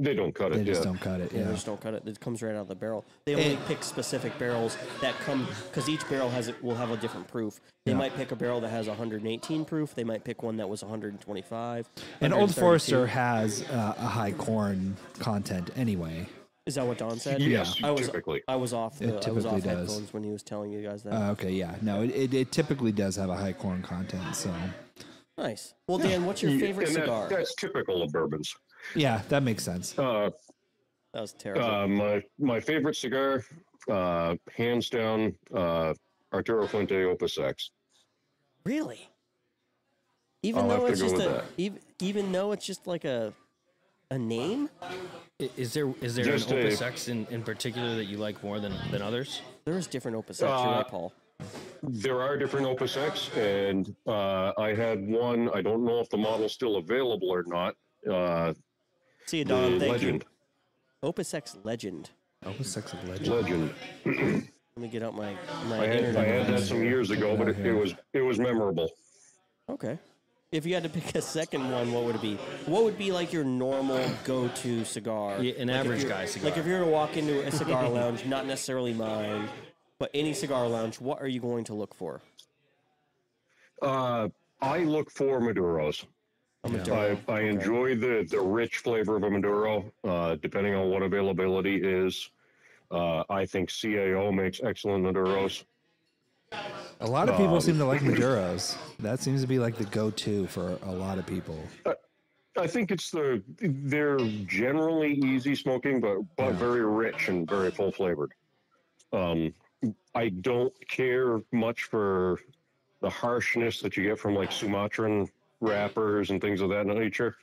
they don't cut They it? just yet? don't cut it. They Yeah. just don't cut it. It comes right out of the barrel. They only And- pick specific barrels that come because each barrel has it will have a different proof. They might pick a barrel that has 118 proof. They might pick one that was 125. And Old 132. Forester has uh, a high corn content anyway. Is that what Don said? Yes, I was typically. I was off. It The, I was typically off does. headphones when he was telling you guys that. Uh, okay, yeah. No, it, it, it typically does have a high corn content. So, nice. Well, Dan, what's your Yeah, favorite and that- cigar? That that's typical of bourbons. yeah, that makes sense. Uh, was terrible. uh, my my favorite cigar, uh, hands down, uh, Arturo Fuente Opus X. Really? Even I'll have though to it's go just with a that. even, even though it's just like a a name, I- Is there is there Just an a- Opus X in, in particular that you like more than, than others? there's different opus X, you're Uh, right, Paul. There are different Opus X, and uh, I had one. I don't know if the model's still available or not. Uh, See you, the Don. Oh, Thank legend, you. Opus X Legend. Opus X of Legend. legend. Let me get out my my I had, I internet. had that some years ago, but it, it was it was memorable. Okay. If you had to pick a second one, what would it be? What would be like your normal go-to cigar? Yeah, an Like, if average you're- guy cigar. Like if you were to walk into a cigar [laughs] lounge, not necessarily mine, but any cigar lounge, what are you going to look for? Uh, I look for Maduros. I'm a I, Maduro. I enjoy the, the rich flavor of a Maduro, uh, depending on what availability is. Uh, I think CAO makes excellent Maduros. A lot of people seem to like Maduros. That seems to be like the go to for a lot of people. I think it's the they're generally easy smoking, but but very rich and very full flavored. Um, I don't care much for the harshness that you get from like Sumatran wrappers and things of that nature.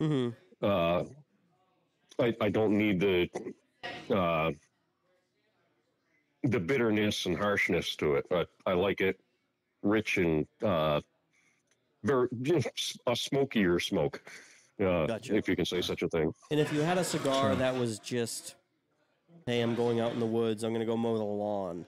hmm uh, I, I don't need the uh, the bitterness and harshness to it. But I like it rich and uh, very a smokier smoke, uh, Gotcha. if you can say such a thing. And if you had a cigar that was just, hey, I'm going out in the woods, I'm going to go mow the lawn,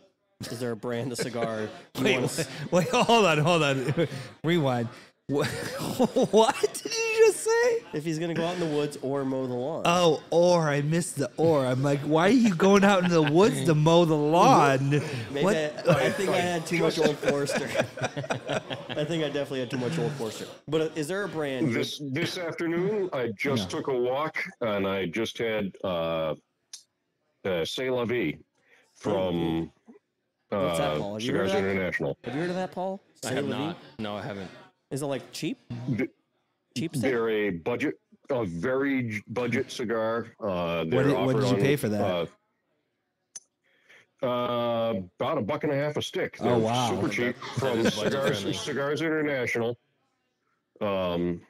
is there a brand of cigar [laughs] you Wait, wanna wait, s- [laughs] wait, hold on, hold on. Rewind. What, [laughs] what did you just say? If he's going to go out in the woods or mow the lawn. Uh, Oh, or I missed the or. I'm like, why are you going out into the woods to mow the lawn? Maybe What? I, I think I had too much Old Forester. [laughs] I think I definitely had too much Old Forester. But uh, is there a brand? you- This this afternoon, I just took a walk and I just had uh, uh, C'est La Vie from What's that, Paul? uh, Have you heard Cigars of that? International. Have you heard of that, Paul? I have Saint Laurent? not. No, I haven't. Is it like cheap? Th- Cheap stuff? They're a budget, a very j- budget cigar. Uh, What they're did- what offered did you on, pay for that? Uh, uh, about a buck and a half a stick. They're Oh, wow. super cheap from is budget friendly. Cigars, Cigars International. Um,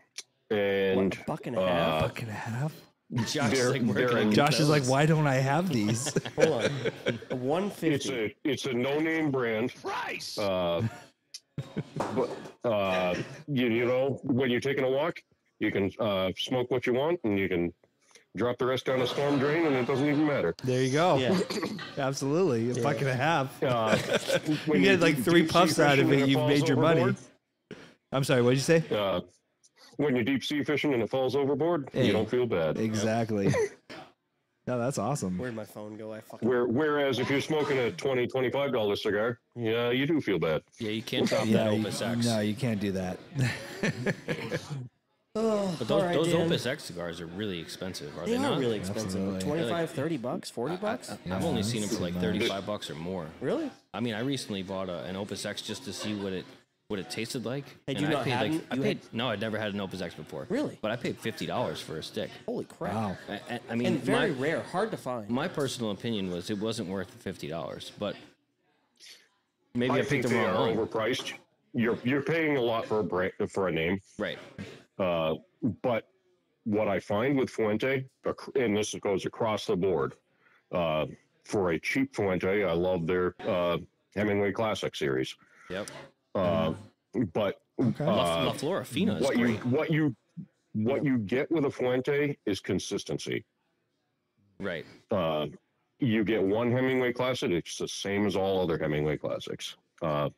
and What, a buck and a half? uh, Buck and a half. [laughs] Josh They're- is like, where they're can I in- get Josh is like, those? why don't I have these? Hold on. [laughs] A it's 150. a it's a no name brand. Price. Uh, uh, you, you know, when you're taking a walk, you can uh, smoke what you want and you can drop the rest down a storm drain and it doesn't even matter. There you go. Yeah. [coughs] Absolutely. A bucket and a half. [laughs] Uh, You when get like do three deep sea puffs out of fishing and it, you've falls made your money. overboard, I'm sorry, what did you say? Uh, when you're deep sea fishing and it falls overboard, Hey. you don't feel bad. Exactly. No, that's awesome. Where'd my phone go? I fucking Where, whereas if you're smoking a 20 $25 cigar, yeah, you do feel bad. Yeah, you can't drop Yeah, that you- Opus X. no, you can't do that. But those, All right, those Dan. Opus X cigars are really expensive, are they, They not? are really expensive. Absolutely. 25, 30 bucks, 40 bucks? I've only seen them that's for like nice. 35 bucks or more. Really? I mean, I recently bought a, an Opus X just to see what it what it tasted like. Had you I not paid had like them? I You paid had- no, I'd never had an Opus X before. Really? But I paid fifty dollars for a stick. Holy crap. Wow. I, I- I mean, And very my, rare, hard to find. my personal opinion was it wasn't worth the fifty dollars, but maybe I, I picked think the they are wrong one. overpriced. You're, you're paying a lot for a brand, for a name. Right. Uh, but what I find with Fuente, ac- and this goes across the board, uh, for a cheap Fuente, I love their uh, Hemingway Classic series. Yep. Uh, Mm-hmm. but Okay. La, La uh, Flora Fina is what you great. what you what you get with a Fuente is consistency. Right. Uh, you get one Hemingway Classic; it's the same as all other Hemingway Classics. Uh,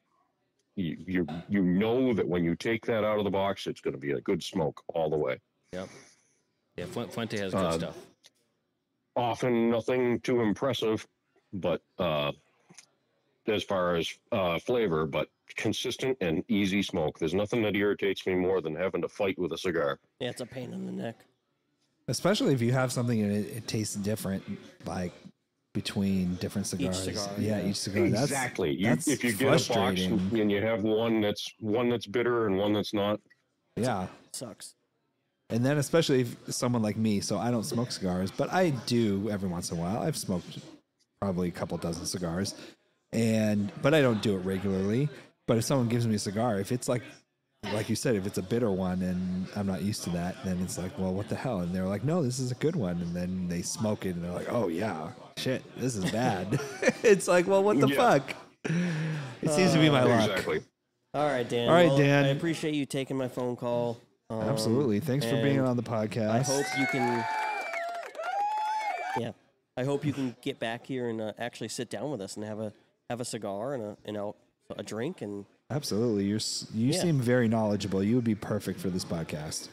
you, you you know that when you take that out of the box, it's going to be a good smoke all the way. Yep. Yeah, Fu- Fuente has good Uh, stuff. often nothing too impressive, but uh, as far as uh, flavor, but consistent and easy smoke. There's nothing that irritates me more than having to fight with a cigar. Yeah, it's a pain in the neck. Especially if you have something and it, it tastes different, like between different cigars. cigar, yeah, yeah. each cigar. That's- exactly. You, that's if you get a box frustrating. and you have one that's one that's bitter and one that's not, yeah. sucks. And then especially if someone like me, so I don't smoke cigars, but I do every once in a while. I've smoked probably a couple dozen cigars. And but I don't do it regularly. But if someone gives me a cigar, if it's like like you said, if it's a bitter one and I'm not used to that, then it's like, well, what the hell? And they're like, no, this is a good one. And then they smoke it and they're like, oh yeah, shit, this is [laughs] bad. [laughs] it's like, well, what the Yeah. fuck? It seems to be my luck. exactly. [laughs] All right, Dan. All right, Well, Dan. I appreciate you taking my phone call. Um, Absolutely. Thanks for being and on the podcast. I hope you can. Yeah, I hope you can get back here and uh, actually sit down with us and have a have a cigar and a and a, a drink and Absolutely. You're s- you Yeah. seem very knowledgeable. You would be perfect for this podcast.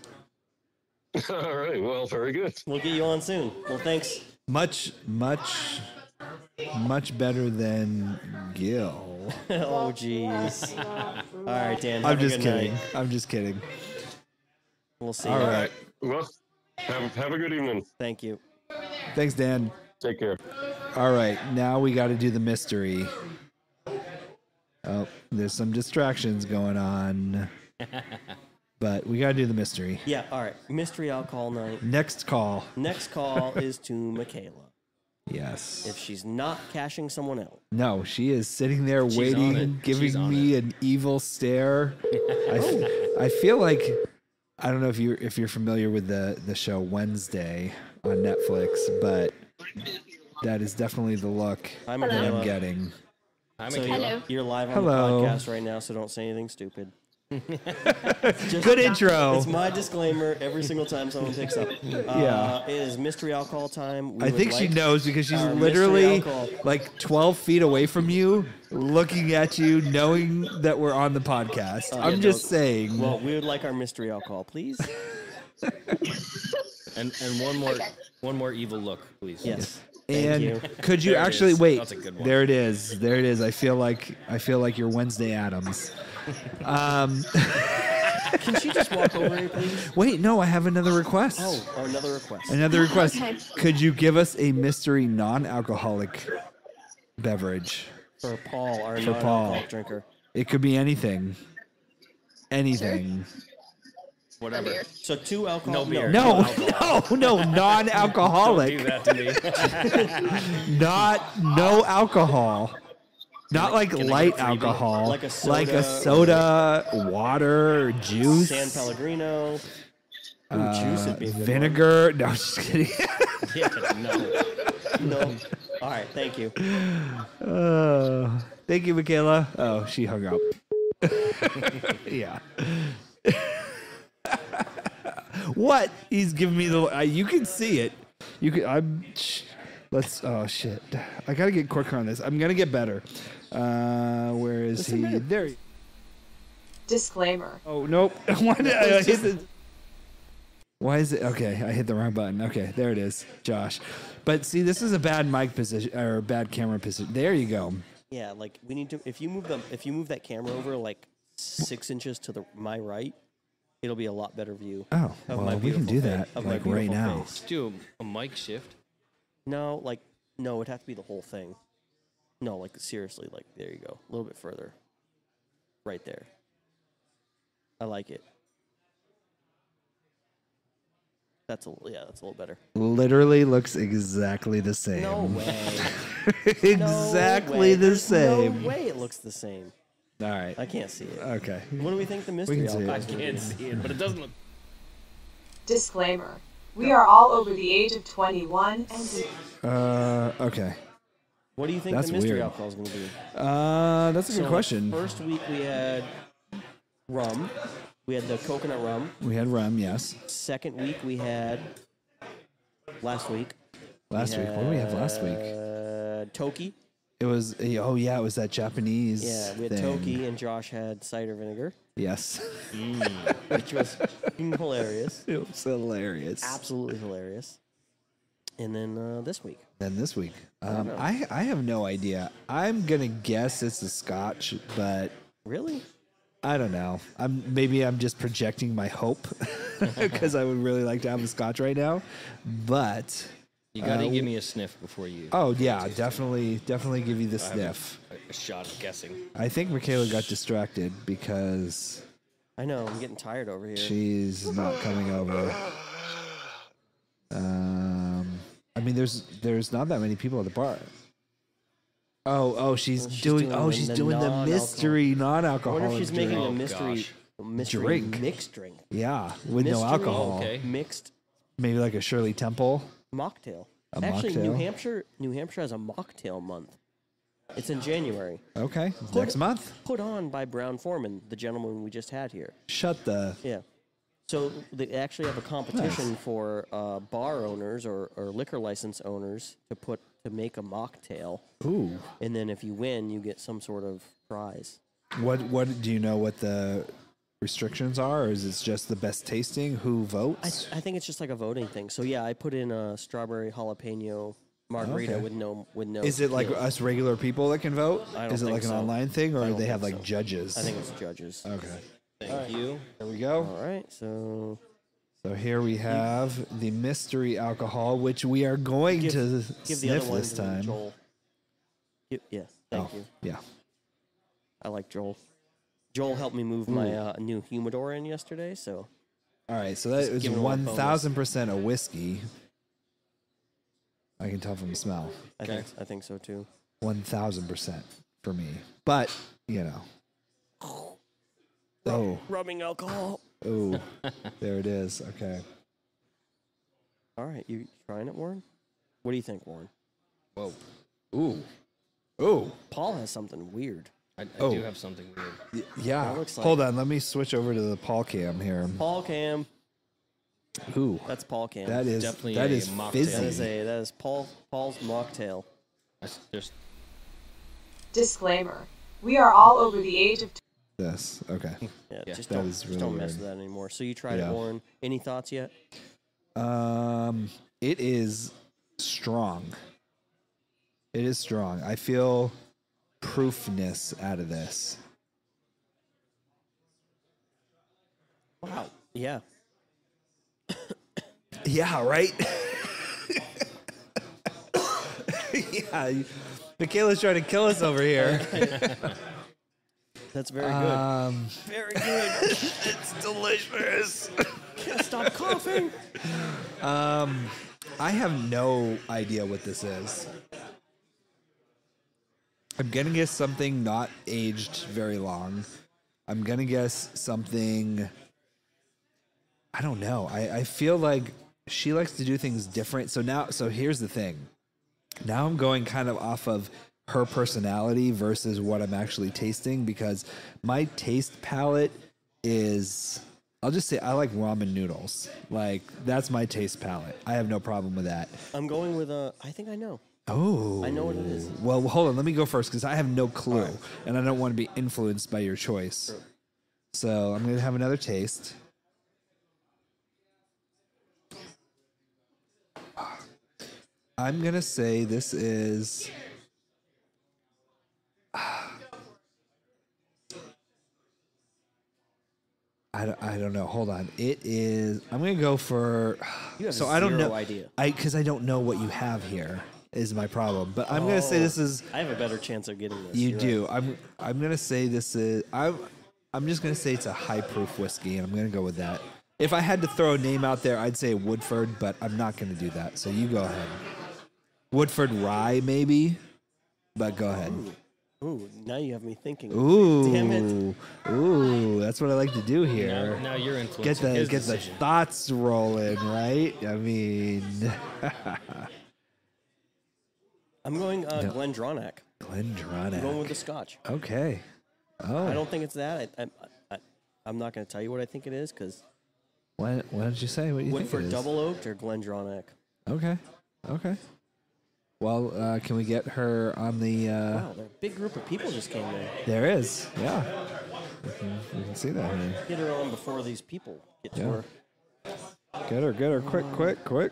All right. Well, very good. we'll get you on soon. Well, thanks. [laughs] Much much much better than Gil. oh, jeez. All right, Dan. I'm have a just good kidding. night. I'm just kidding. We'll see. All you. right. Well, have have a good evening. Thank you. Thanks Dan. Take care. All right. Now we got to do the mystery. Oh, there's some distractions going [laughs] on. but we got to do the mystery. Yeah. All right. Mystery alcohol night. Next call. Next call is to Michaela. Yes. If she's not cashing someone out, No, she is sitting there She's on waiting, it. She's giving on me an evil stare. I, f- I feel like I don't know if you are if you're familiar with the the show Wednesday on Netflix, but that is definitely the look I'm that Michaela. I'm getting. I'm So Michaela. You're, you're live on Hello. the podcast right now, so don't say [laughs] anything stupid. Good intro. It's my disclaimer every single time someone [laughs] picks up. Uh, It is mystery alcohol time. We I would think she like knows because she's our uh, mystery literally alcohol- like 12 feet away from you, looking at you, knowing that we're on the podcast. Oh, I'm yeah, just no. saying. Well, we would like our mystery [laughs] alcohol, please. And and one more one more evil look, please. Yes. and you. could you There it actually is. wait? That's a good one. There it is. There it is. I feel like I feel like you're Wednesday Adams. Can she just walk over here, [laughs] please? Wait, no, I have another request. Oh, another request. Another request. Okay. Could you give us a mystery non-alcoholic beverage? For Paul, our For Paul. non-alcoholic drinker. It could be anything. Anything. Whatever. So two alcohol. No beer. [laughs] No, no, Alcohol. no, Don't do non-alcoholic. that to [laughs] me. Not no alcohol. Not like I get a light freebie? alcohol. Like a like a soda soda, water, juice. San Pellegrino. Ooh, juice would be a good one. Uh, [laughs] vinegar. No, I'm just kidding. [laughs] Yeah, no. No. All right, thank you. Uh, thank you, Michaela. Oh, she hung up. [laughs] Yeah. [laughs] what? He's giving me the. Uh, you can see it. You can. I'm. sh- Let's. Oh shit! I gotta get quicker on this. I'm gonna get better. Uh, where is he? There. he- Disclaimer. Oh nope. [laughs] Why did I hit the? Why is it? Okay, I hit the wrong button. Okay, there it is, Josh. But see, this is a bad mic position or bad camera position. There you go. Yeah, like we need to. If you move them, if you move that camera over like six inches to the my right, it'll be a lot better view. Oh, of well, my we can beautiful do fa- that, of my like, right beautiful now. face. do a, a mic shift. No, like no, it'd have to be the whole thing. No, like seriously, like there you go, a little bit further, right there. I like it. That's a li- yeah, that's a little better. Literally looks exactly the same. [laughs] No way, No exactly way. the There's same. No way, it looks the same. All right. I can't see it. Okay. What do we think the mystery? see it. alcohol I is gonna can't be? see it, but it doesn't look. Disclaimer. We are all over the age of 21 and do Uh, okay. What do you think That's the mystery weird. alcohol is going to be? Uh, that's a good So, question. First week we had rum. We had the coconut rum. we had rum, yes. Second week we had last week. Last week. What did we have last week? Uh, Toki. It was oh yeah, it was that Japanese. Yeah, we had thing. Toki, and Josh had cider vinegar, Yes. [laughs] which was fucking hilarious. it was hilarious. Absolutely hilarious. And then uh, this week. And this week, um, I I have no idea. I'm gonna guess it's a Scotch, but Really? I don't know. I'm maybe I'm just projecting my hope [laughs] because I would really like to have a Scotch right now, but. You Uh, gotta give me a sniff before you. uh, Oh yeah, definitely, definitely give you the sniff. a- a shot of guessing. I think Michaela got distracted because I know, I'm getting tired over here. she's not coming over. Um, I mean, there's there's not that many people at the bar. Oh, oh, she's, she's doing, doing Oh, the- she's the doing the non-alcohol. mystery I non-alcoholic. wonder if she's drink. making a Oh, mystery, gosh. mystery Drink. mixed drink. yeah with no mystery- alcohol. okay. Mixed Maybe like a Shirley Temple. mocktail. A Actually, New mocktail? Hampshire, New Hampshire has a mocktail month. It's in January, Okay, next month. put on by Brown Foreman, the gentleman we just had here. Shut the. Yeah. So they actually have a competition for uh, bar owners or, or liquor license owners to put to make a mocktail, Ooh, and then if you win, you get some sort of prize. what what do you know? What the restrictions are, or is it just the best tasting? Who I, votes? I think it's just like a voting thing. So yeah, I put in a strawberry jalapeno margarita Okay. with no with no. Is it like tequila. us regular people that can vote? I don't Is it think like an so. online thing, I or don't they have think like so. judges? I think it's judges. Okay, Thank you. there we go. All right, so So here we have the mystery alcohol, which we are going give, to give the sniff other one this to time. Joel. Gi- yeah, thank Oh, you. Yeah. I like Joel. Joel helped me move my uh, new humidor in yesterday, so All right. So that is give it a little one bonus. thousand percent a whiskey. I can tell from the smell. I think I think so too. One thousand percent for me. But you know. Oh, Rubbing alcohol. [laughs] oh, there it is. Okay. All right, you trying it, Warren? What do you think, Warren? Whoa. Ooh, ooh. Paul has something weird. I, I Oh. do have something weird. Y- Yeah. That looks like- Hold on. Let me switch over to the Paul cam here. Paul Cam. Ooh, That's Paul Cam. that is definitely that a is mocktail. that is fizzy. a that is Paul Paul's mocktail. I s- there's Disclaimer. We are all over the age of This okay. [laughs] Yeah, just That don't, is just really don't mess weird. with that anymore. So you tried Yeah. it, Warren. Any thoughts yet? Um, it is strong. It is strong. I feel proofness out of this. Wow. Yeah. Yeah, right. [laughs] yeah, you- Michaela's trying to kill us over here. That's very Um, good. Very good. it's delicious. Stop coughing. I have no idea what this is. I'm gonna guess something not aged very long. I'm gonna guess something. I don't know. I, I feel like she likes to do things different. So now, so here's the thing. Now I'm going kind of off of her personality versus what I'm actually tasting because my taste palette is I'll just say I like ramen noodles. Like that's my taste palette. I have no problem with that. I'm going with a. I think I know. Oh. I know what it is. Well, hold on. Let me go first because I have no clue and I don't want to be influenced by your choice. So I'm going to have another taste. I'm going to say this is. [sighs] I don't, I don't know. Hold on. It is. I'm going to go for. You have so I don't zero know. idea. I because I don't know what you have here is my problem. But I'm gonna Oh, say this is I have a better chance of getting this. you You're do. I'm I'm gonna say this is I'm I'm just gonna say it's a high proof whiskey, and I'm gonna go with that. If I had to throw a name out there, I'd say Woodford, but I'm not gonna do that. So you go ahead. Woodford Rye, maybe, but go ahead. right. Ooh, now you have me thinking. Ooh, Damn it. ooh, that's what I like to do Now, here. now you're Get influencing the his get decision. the thoughts rolling, right? I mean, I'm going uh, Glendronach. I'm going with Glendronach. the Scotch. Okay. Oh, I don't think it's that. I, I, I, I'm not going to tell you what I think it is because Why, why don't you say what you think it Woodford is? Double Oaked or Glendronach. Okay. Okay. Well, uh, can we get her on the? Uh, Wow, there a big group of people just came in. There is. Yeah. We can, we can see that here. Get her on before these people get to Yeah. her. Get her. Get her. Quick. Quick. Quick.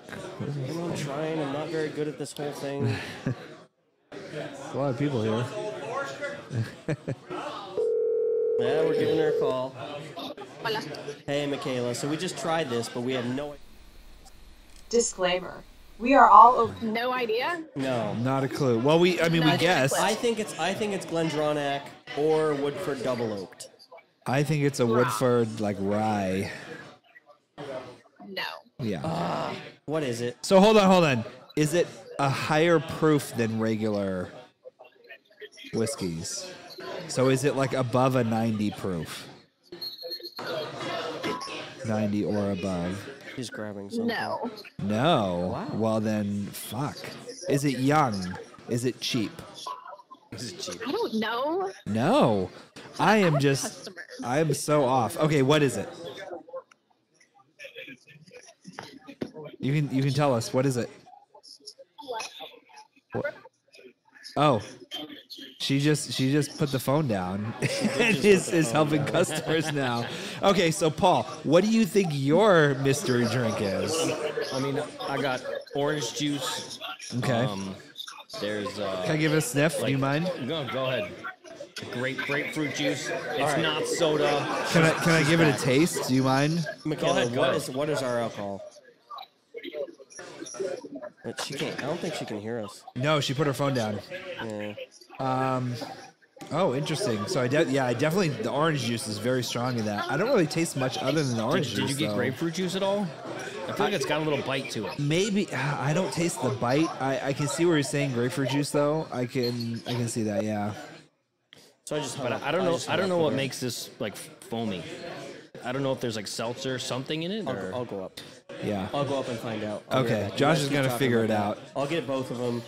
You know, I'm trying. I'm not very good at this whole thing. [sighs] A lot of people here. yeah, we're giving her a call. Hola. Hey, Michaela. So we just tried this, but we have no. Disclaimer. We are all over. No idea. No. Not a clue. Well, we. I mean, we Not a guessed. I think it's I think it's Glendronach or Woodford Double Oaked. I think it's a Woodford like rye. No. Yeah. What is it? so hold on. Hold on. Is it a higher proof than regular whiskeys? So is it like above a 90 proof? 90 or above. He's grabbing something. No. No. Well, then, fuck. Is it young? Is it cheap? I don't know. No. I am just. Customers. I am so off. Okay, what is it? You can you can tell us what is it? What- Oh, she just she just put the phone down [laughs] and is is helping customers now. Okay, so Paul, what do you think your mystery drink is? I mean, I got orange juice. Okay, Um, there's. Uh, oh, can I give it a sniff? do you mind? Go, go ahead. Grape grapefruit juice. It's not soda. Can I can I give it a taste? Do you mind? Michaela, ahead, go what ahead. is what is our alcohol? But she can't. I don't think she can hear us. No, she put her phone down. Um, Yeah. Oh, interesting. So I de- yeah, I definitely the orange juice is very strong in that. I don't really taste much other than the orange Did, did juice. you get though. grapefruit juice at all? I feel like it's got a little bite to it. Maybe I don't taste the bite. I, I can see where you're saying grapefruit juice though. I can I can see that. Yeah. So I just. hung But up. I, I don't know. just I, hung don't up know with what her. makes this like foamy. I don't know if there's like seltzer or something in it. I'll, Or, go- I'll go up. Yeah. I'll go up and find out. I'll be Okay, right back. You Josh guys is keep gonna talking figure about it that. I'll get both of them.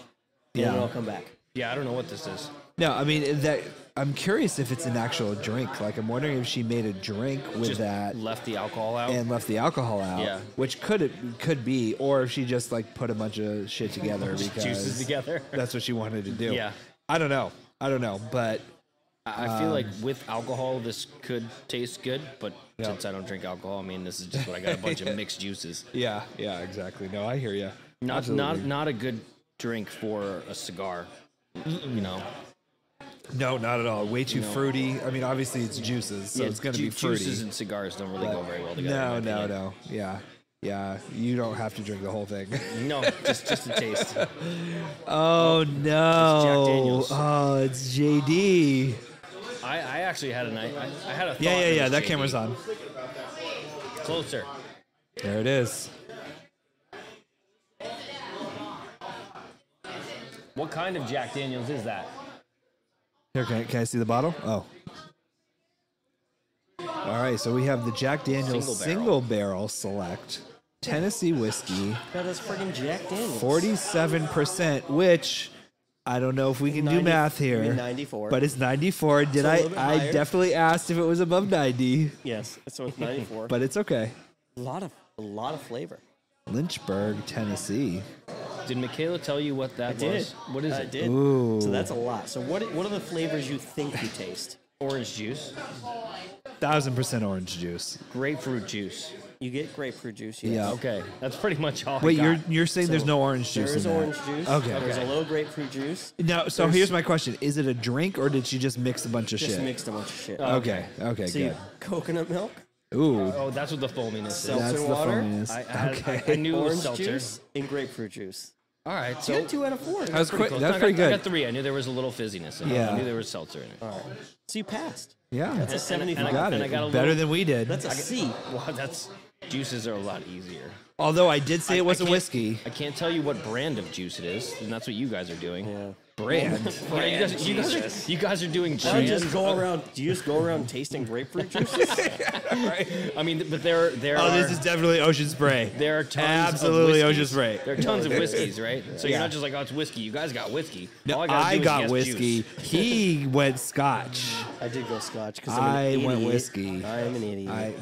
Yeah. Yeah. And then I'll come back. yeah, I don't know what this is. No, I mean that. I'm curious if it's an actual drink. Like I'm wondering if she made a drink with Just that left the alcohol out. and left the alcohol out. Yeah. Which could it could be, or if she just like put a bunch of shit together [laughs] because juices together. [laughs] That's what she wanted to do. Yeah. I don't know. I don't know, but I I feel like with alcohol, this could taste good, but Um, Yeah. since I don't drink alcohol, I mean, this is just what I got a bunch [laughs] of mixed juices. yeah, yeah, exactly. No, I hear you. Not not not a good drink for a cigar. You know, No, not at all. Way too fruity. I mean, obviously it's juices, so Yeah, it's gonna ju- be fruity. Juices and cigars don't really go very well together. no, in my no, opinion. no. Yeah, yeah. You don't have to drink the whole [laughs] thing. no, just just a taste. oh no! Daniels. oh, it's [gasps] JD. I, I actually had a night. I, I had a thought Yeah, yeah, it yeah. was That JD. camera's on. closer. There it is. What kind of Jack Daniels is that? Here, can I, can I see the bottle? Oh. All right, so we have the Jack Daniels Single barrel. single barrel, select Tennessee whiskey, That is friggin' Jack Daniels. 47%, which I don't know if we can do 90 math here. you mean 94. But it's 94. Did a I? little bit I higher. definitely asked if it was above 90, Yes, so it's 94. but it's okay. a lot of a lot of flavor. Lynchburg, Tennessee. Did Michaela tell you what that I did. was? What is I it? Uh, did. Ooh. So that's a lot. So what what are the flavors you think you taste? Orange juice, Thousand percent orange juice. grapefruit juice. You get grapefruit juice. Yes. Yeah. Okay, that's pretty much all. I Wait, got. you're you're saying there's So no orange juice? There is in that? orange juice. Okay. There's a Okay. little grapefruit juice. No. So There's- here's my question: Is it a drink or did she just mix a bunch of Just shit? mixed a bunch of shit. okay. Okay. so you, [laughs] coconut milk, good. Ooh. Oh, that's what the foaminess is. seltzer That's the water, funniness. I, I, had- okay. I, I knew it was orange seltzer. juice, and grapefruit juice. All right, You so got two out of four. that was quick. That's close. No, I got- pretty good. I got three. I knew there was a little fizziness. In it. Yeah. I knew there was seltzer in it. So you passed. yeah. That's a 75. and I got and it. I got a Better little- than we did. That's a C. Wow, that's juices are a lot easier. Although I did say I- I it wasn't can't- whiskey. I can't tell you what brand of juice it is, and that's what you guys are doing. [laughs] Yeah. Brand. you, [laughs] guys, you guys Jesus. are, you guys are doing Do you brand. just Oh. go around? Do you just go around tasting grapefruit juices? [laughs] I mean, but there there oh, are this is definitely Ocean Spray. there are tons absolutely of Ocean whiskeys. Spray. There are [laughs] tons of whiskeys, right? So you're Yeah. not just like, oh, it's whiskey. You guys got whiskey. No, All I gotta got, do is guess whiskey. juice. He went Scotch. I did go scotch because I went whiskey. I am an idiot. I.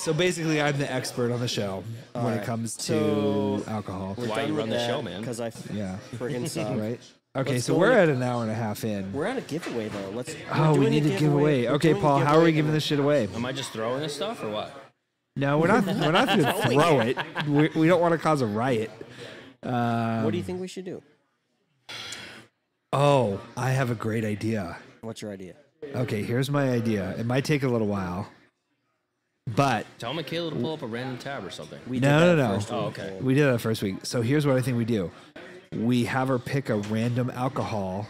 So basically, I'm the expert on the show when it right. comes to So- alcohol. Why you run the show, man. Because I Yeah. friggin' suck. [laughs] Right. Okay, Let's so go we're with- at an hour and a half in. We're on a giveaway though. Let's. oh, we're we doing need to give away. We're Okay, doing a Paul, how are we giveaway. giving this shit away? Am I just throwing this stuff or what? No, we're not. We're [laughs] not going to throw it. We, we don't want to cause a riot. What do Um, you think we should do? Oh, I have a great idea. What's your idea? Okay, here's my idea. It might take a little while, but Tell Michaela to pull up a random tab or something. We No, no, that no. first Oh, week. okay. we did that first week. So here's what I think we do: we have her pick a random alcohol,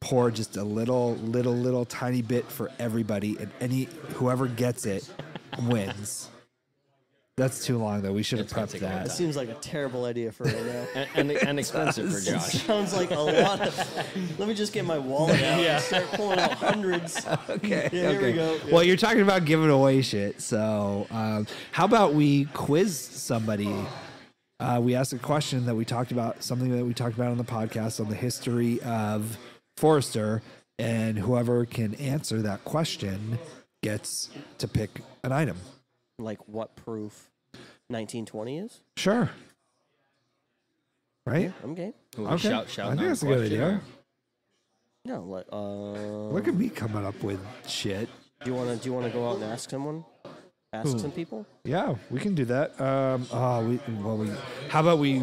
pour just a little, little, little tiny bit for everybody, and any whoever gets it wins. That's too long though. We should have It's gonna prepped take a long that. That seems like a terrible idea for right now. [laughs] [laughs] And, and, and expensive for Josh. Sounds like a lot of. Let me just get my wallet out Yeah. and start pulling out hundreds. Okay. Yeah, okay. here we go. Well, you're talking about giving away shit. So, um, how about we quiz somebody? Uh, we asked a question that we talked about, something that we talked about on the podcast on the history of Forrester, and whoever can answer that question gets to pick an item. [laughs] Like what proof? 1920 is? Sure. Right? I'm game. Okay. Shout, shout I think out that's a good question. idea. No, let, uh, Look at me coming up with shit. do you want to do you want to go out and ask someone? Ask some people. Yeah, we can do that. Um, oh, we, well, we, how about we?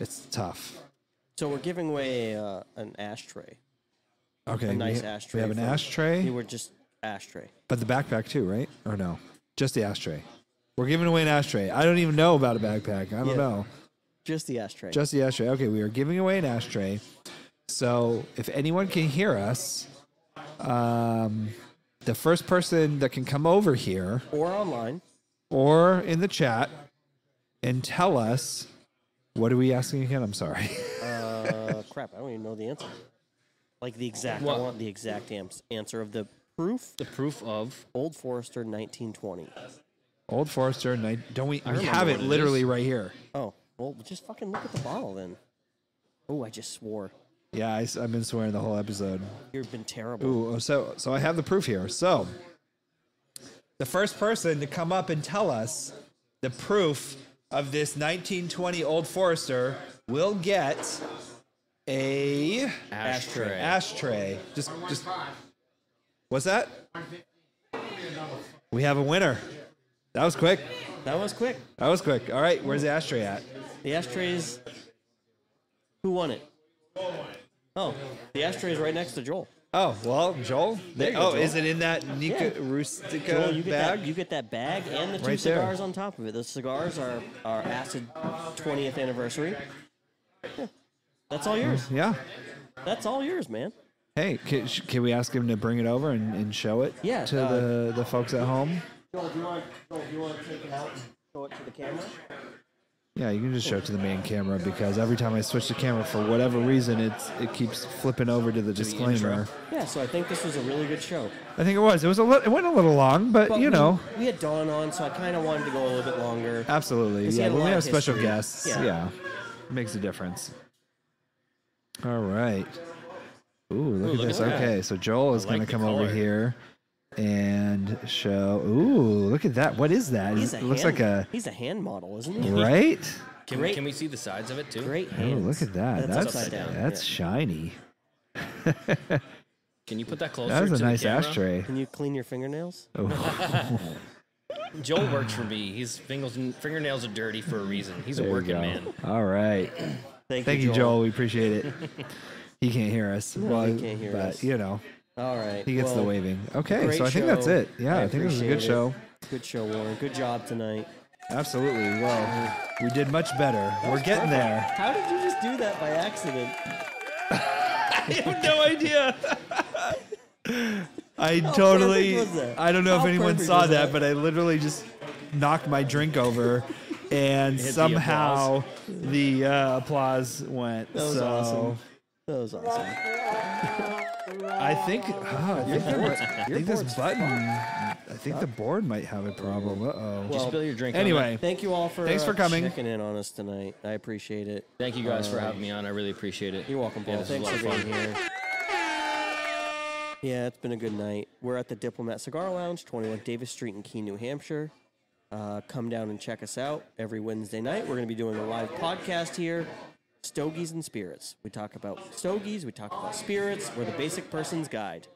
It's tough. So we're giving away uh, an ashtray. Okay, A we nice ha- ashtray. We have an for- ashtray, You were just ashtray. but the backpack too, right? Or no, just the ashtray. We're giving away an ashtray. I don't even know about a backpack. I don't Yeah. know. Just the ashtray. Just the ashtray. Okay, we are giving away an ashtray. So if anyone can hear us, um, the first person that can come over here or online. or in the chat and tell us what are we asking again? I'm sorry. Uh, crap, I don't even know the answer. Like the exact. What? I want the exact ans- answer of the proof. The proof of Old Forester 1920. Old Forester. And I, don't we? We remember have what it it literally is. right here. Oh well, just fucking look at the bottle then. Oh, I just swore. Yeah, I, have been swearing the whole episode. You've been terrible. Ooh, oh, so so I have the proof here. So the first person to come up and tell us the proof of this 1920 Old Forester will get a ashtray. ashtray. Just just What's that? We have a winner. That was quick. That was quick. That was quick. All right, where's the ashtray at? The ashtrays. Who won it? Oh, the ashtrays right next to Joel. Oh, well, Joel. There you go, oh, Joel. is it in that Nika Yeah. Rustica Joel, you get bag? that. You get that bag and the two Right there. cigars on top of it. Those cigars are our acid 20th anniversary. Yeah. That's all yours. yeah. That's all yours, man. Hey, can, sh- can we ask him to bring it over and, and show it Yeah, to uh, the, the folks at home? Joel, do you want? Joel, do you want to take it out and show it to the camera? Yeah, you can just show it to the main camera because every time I switch the camera, for whatever reason, it's it keeps flipping over to the disclaimer. Yeah. So I think this was a really good show. I think it was. It was a li- it went a little long, but, But you we- know, we had Dawn on, so I kind of wanted to go a little bit longer. absolutely. 'Cause he Yeah, had a when we have lot of special history. guests, yeah. Yeah. it makes a difference. All right. Ooh, look at look this. at that. okay, so Joel is I going like to the come over color. here and show. Ooh, look at that. What is that? He's a it looks hand, like a He's a hand model, isn't [laughs] he? right. Can we, Great. can we see the sides of it too? Great Oh, hands. look at that. That's That's that's, upside down, yeah. shiny. Can you put that closer? That to was a the nice camera? ashtray. Can you clean your fingernails? Oh, [clears throat] Joel works for me. His fingers, fingernails are dirty for a reason. He's a There you working go. man. All right. Thank you, Joel. We appreciate it. he can't hear us. well, he can't hear but us. you know, All right. he gets the well, waving. Okay, great so I think that's show. it. Yeah, I, think this was a appreciate good it. show. Good show, Warren. Good job tonight. Absolutely. Well, we did much better. We're was getting perfect. there. How did you just do that by accident? I have no idea. I How totally. perfect was that? I don't know How if anyone perfect saw was that, that? but I literally just knocked my drink [laughs] over, and the somehow the uh, applause went. That was so awesome. That was awesome. I think. Oh, I think, there was- I think this button. I think the board might have a problem. Uh oh. Just spill your drink. on anyway. it. Thank you all for Thanks for uh, coming. checking in on us tonight. I appreciate it. thank you guys for having me on. I really appreciate it. You're welcome, Paul. Yeah, this was a Thanks lot of for fun. being here. Yeah, it's been a good night. We're at the Diplomat Cigar Lounge, 21 Davis Street in Keene, New Hampshire. Uh, come down and check us out every Wednesday night. We're going to be doing a live podcast here Stogies and Spirits. We talk about stogies, we talk about spirits. We're the basic person's guide.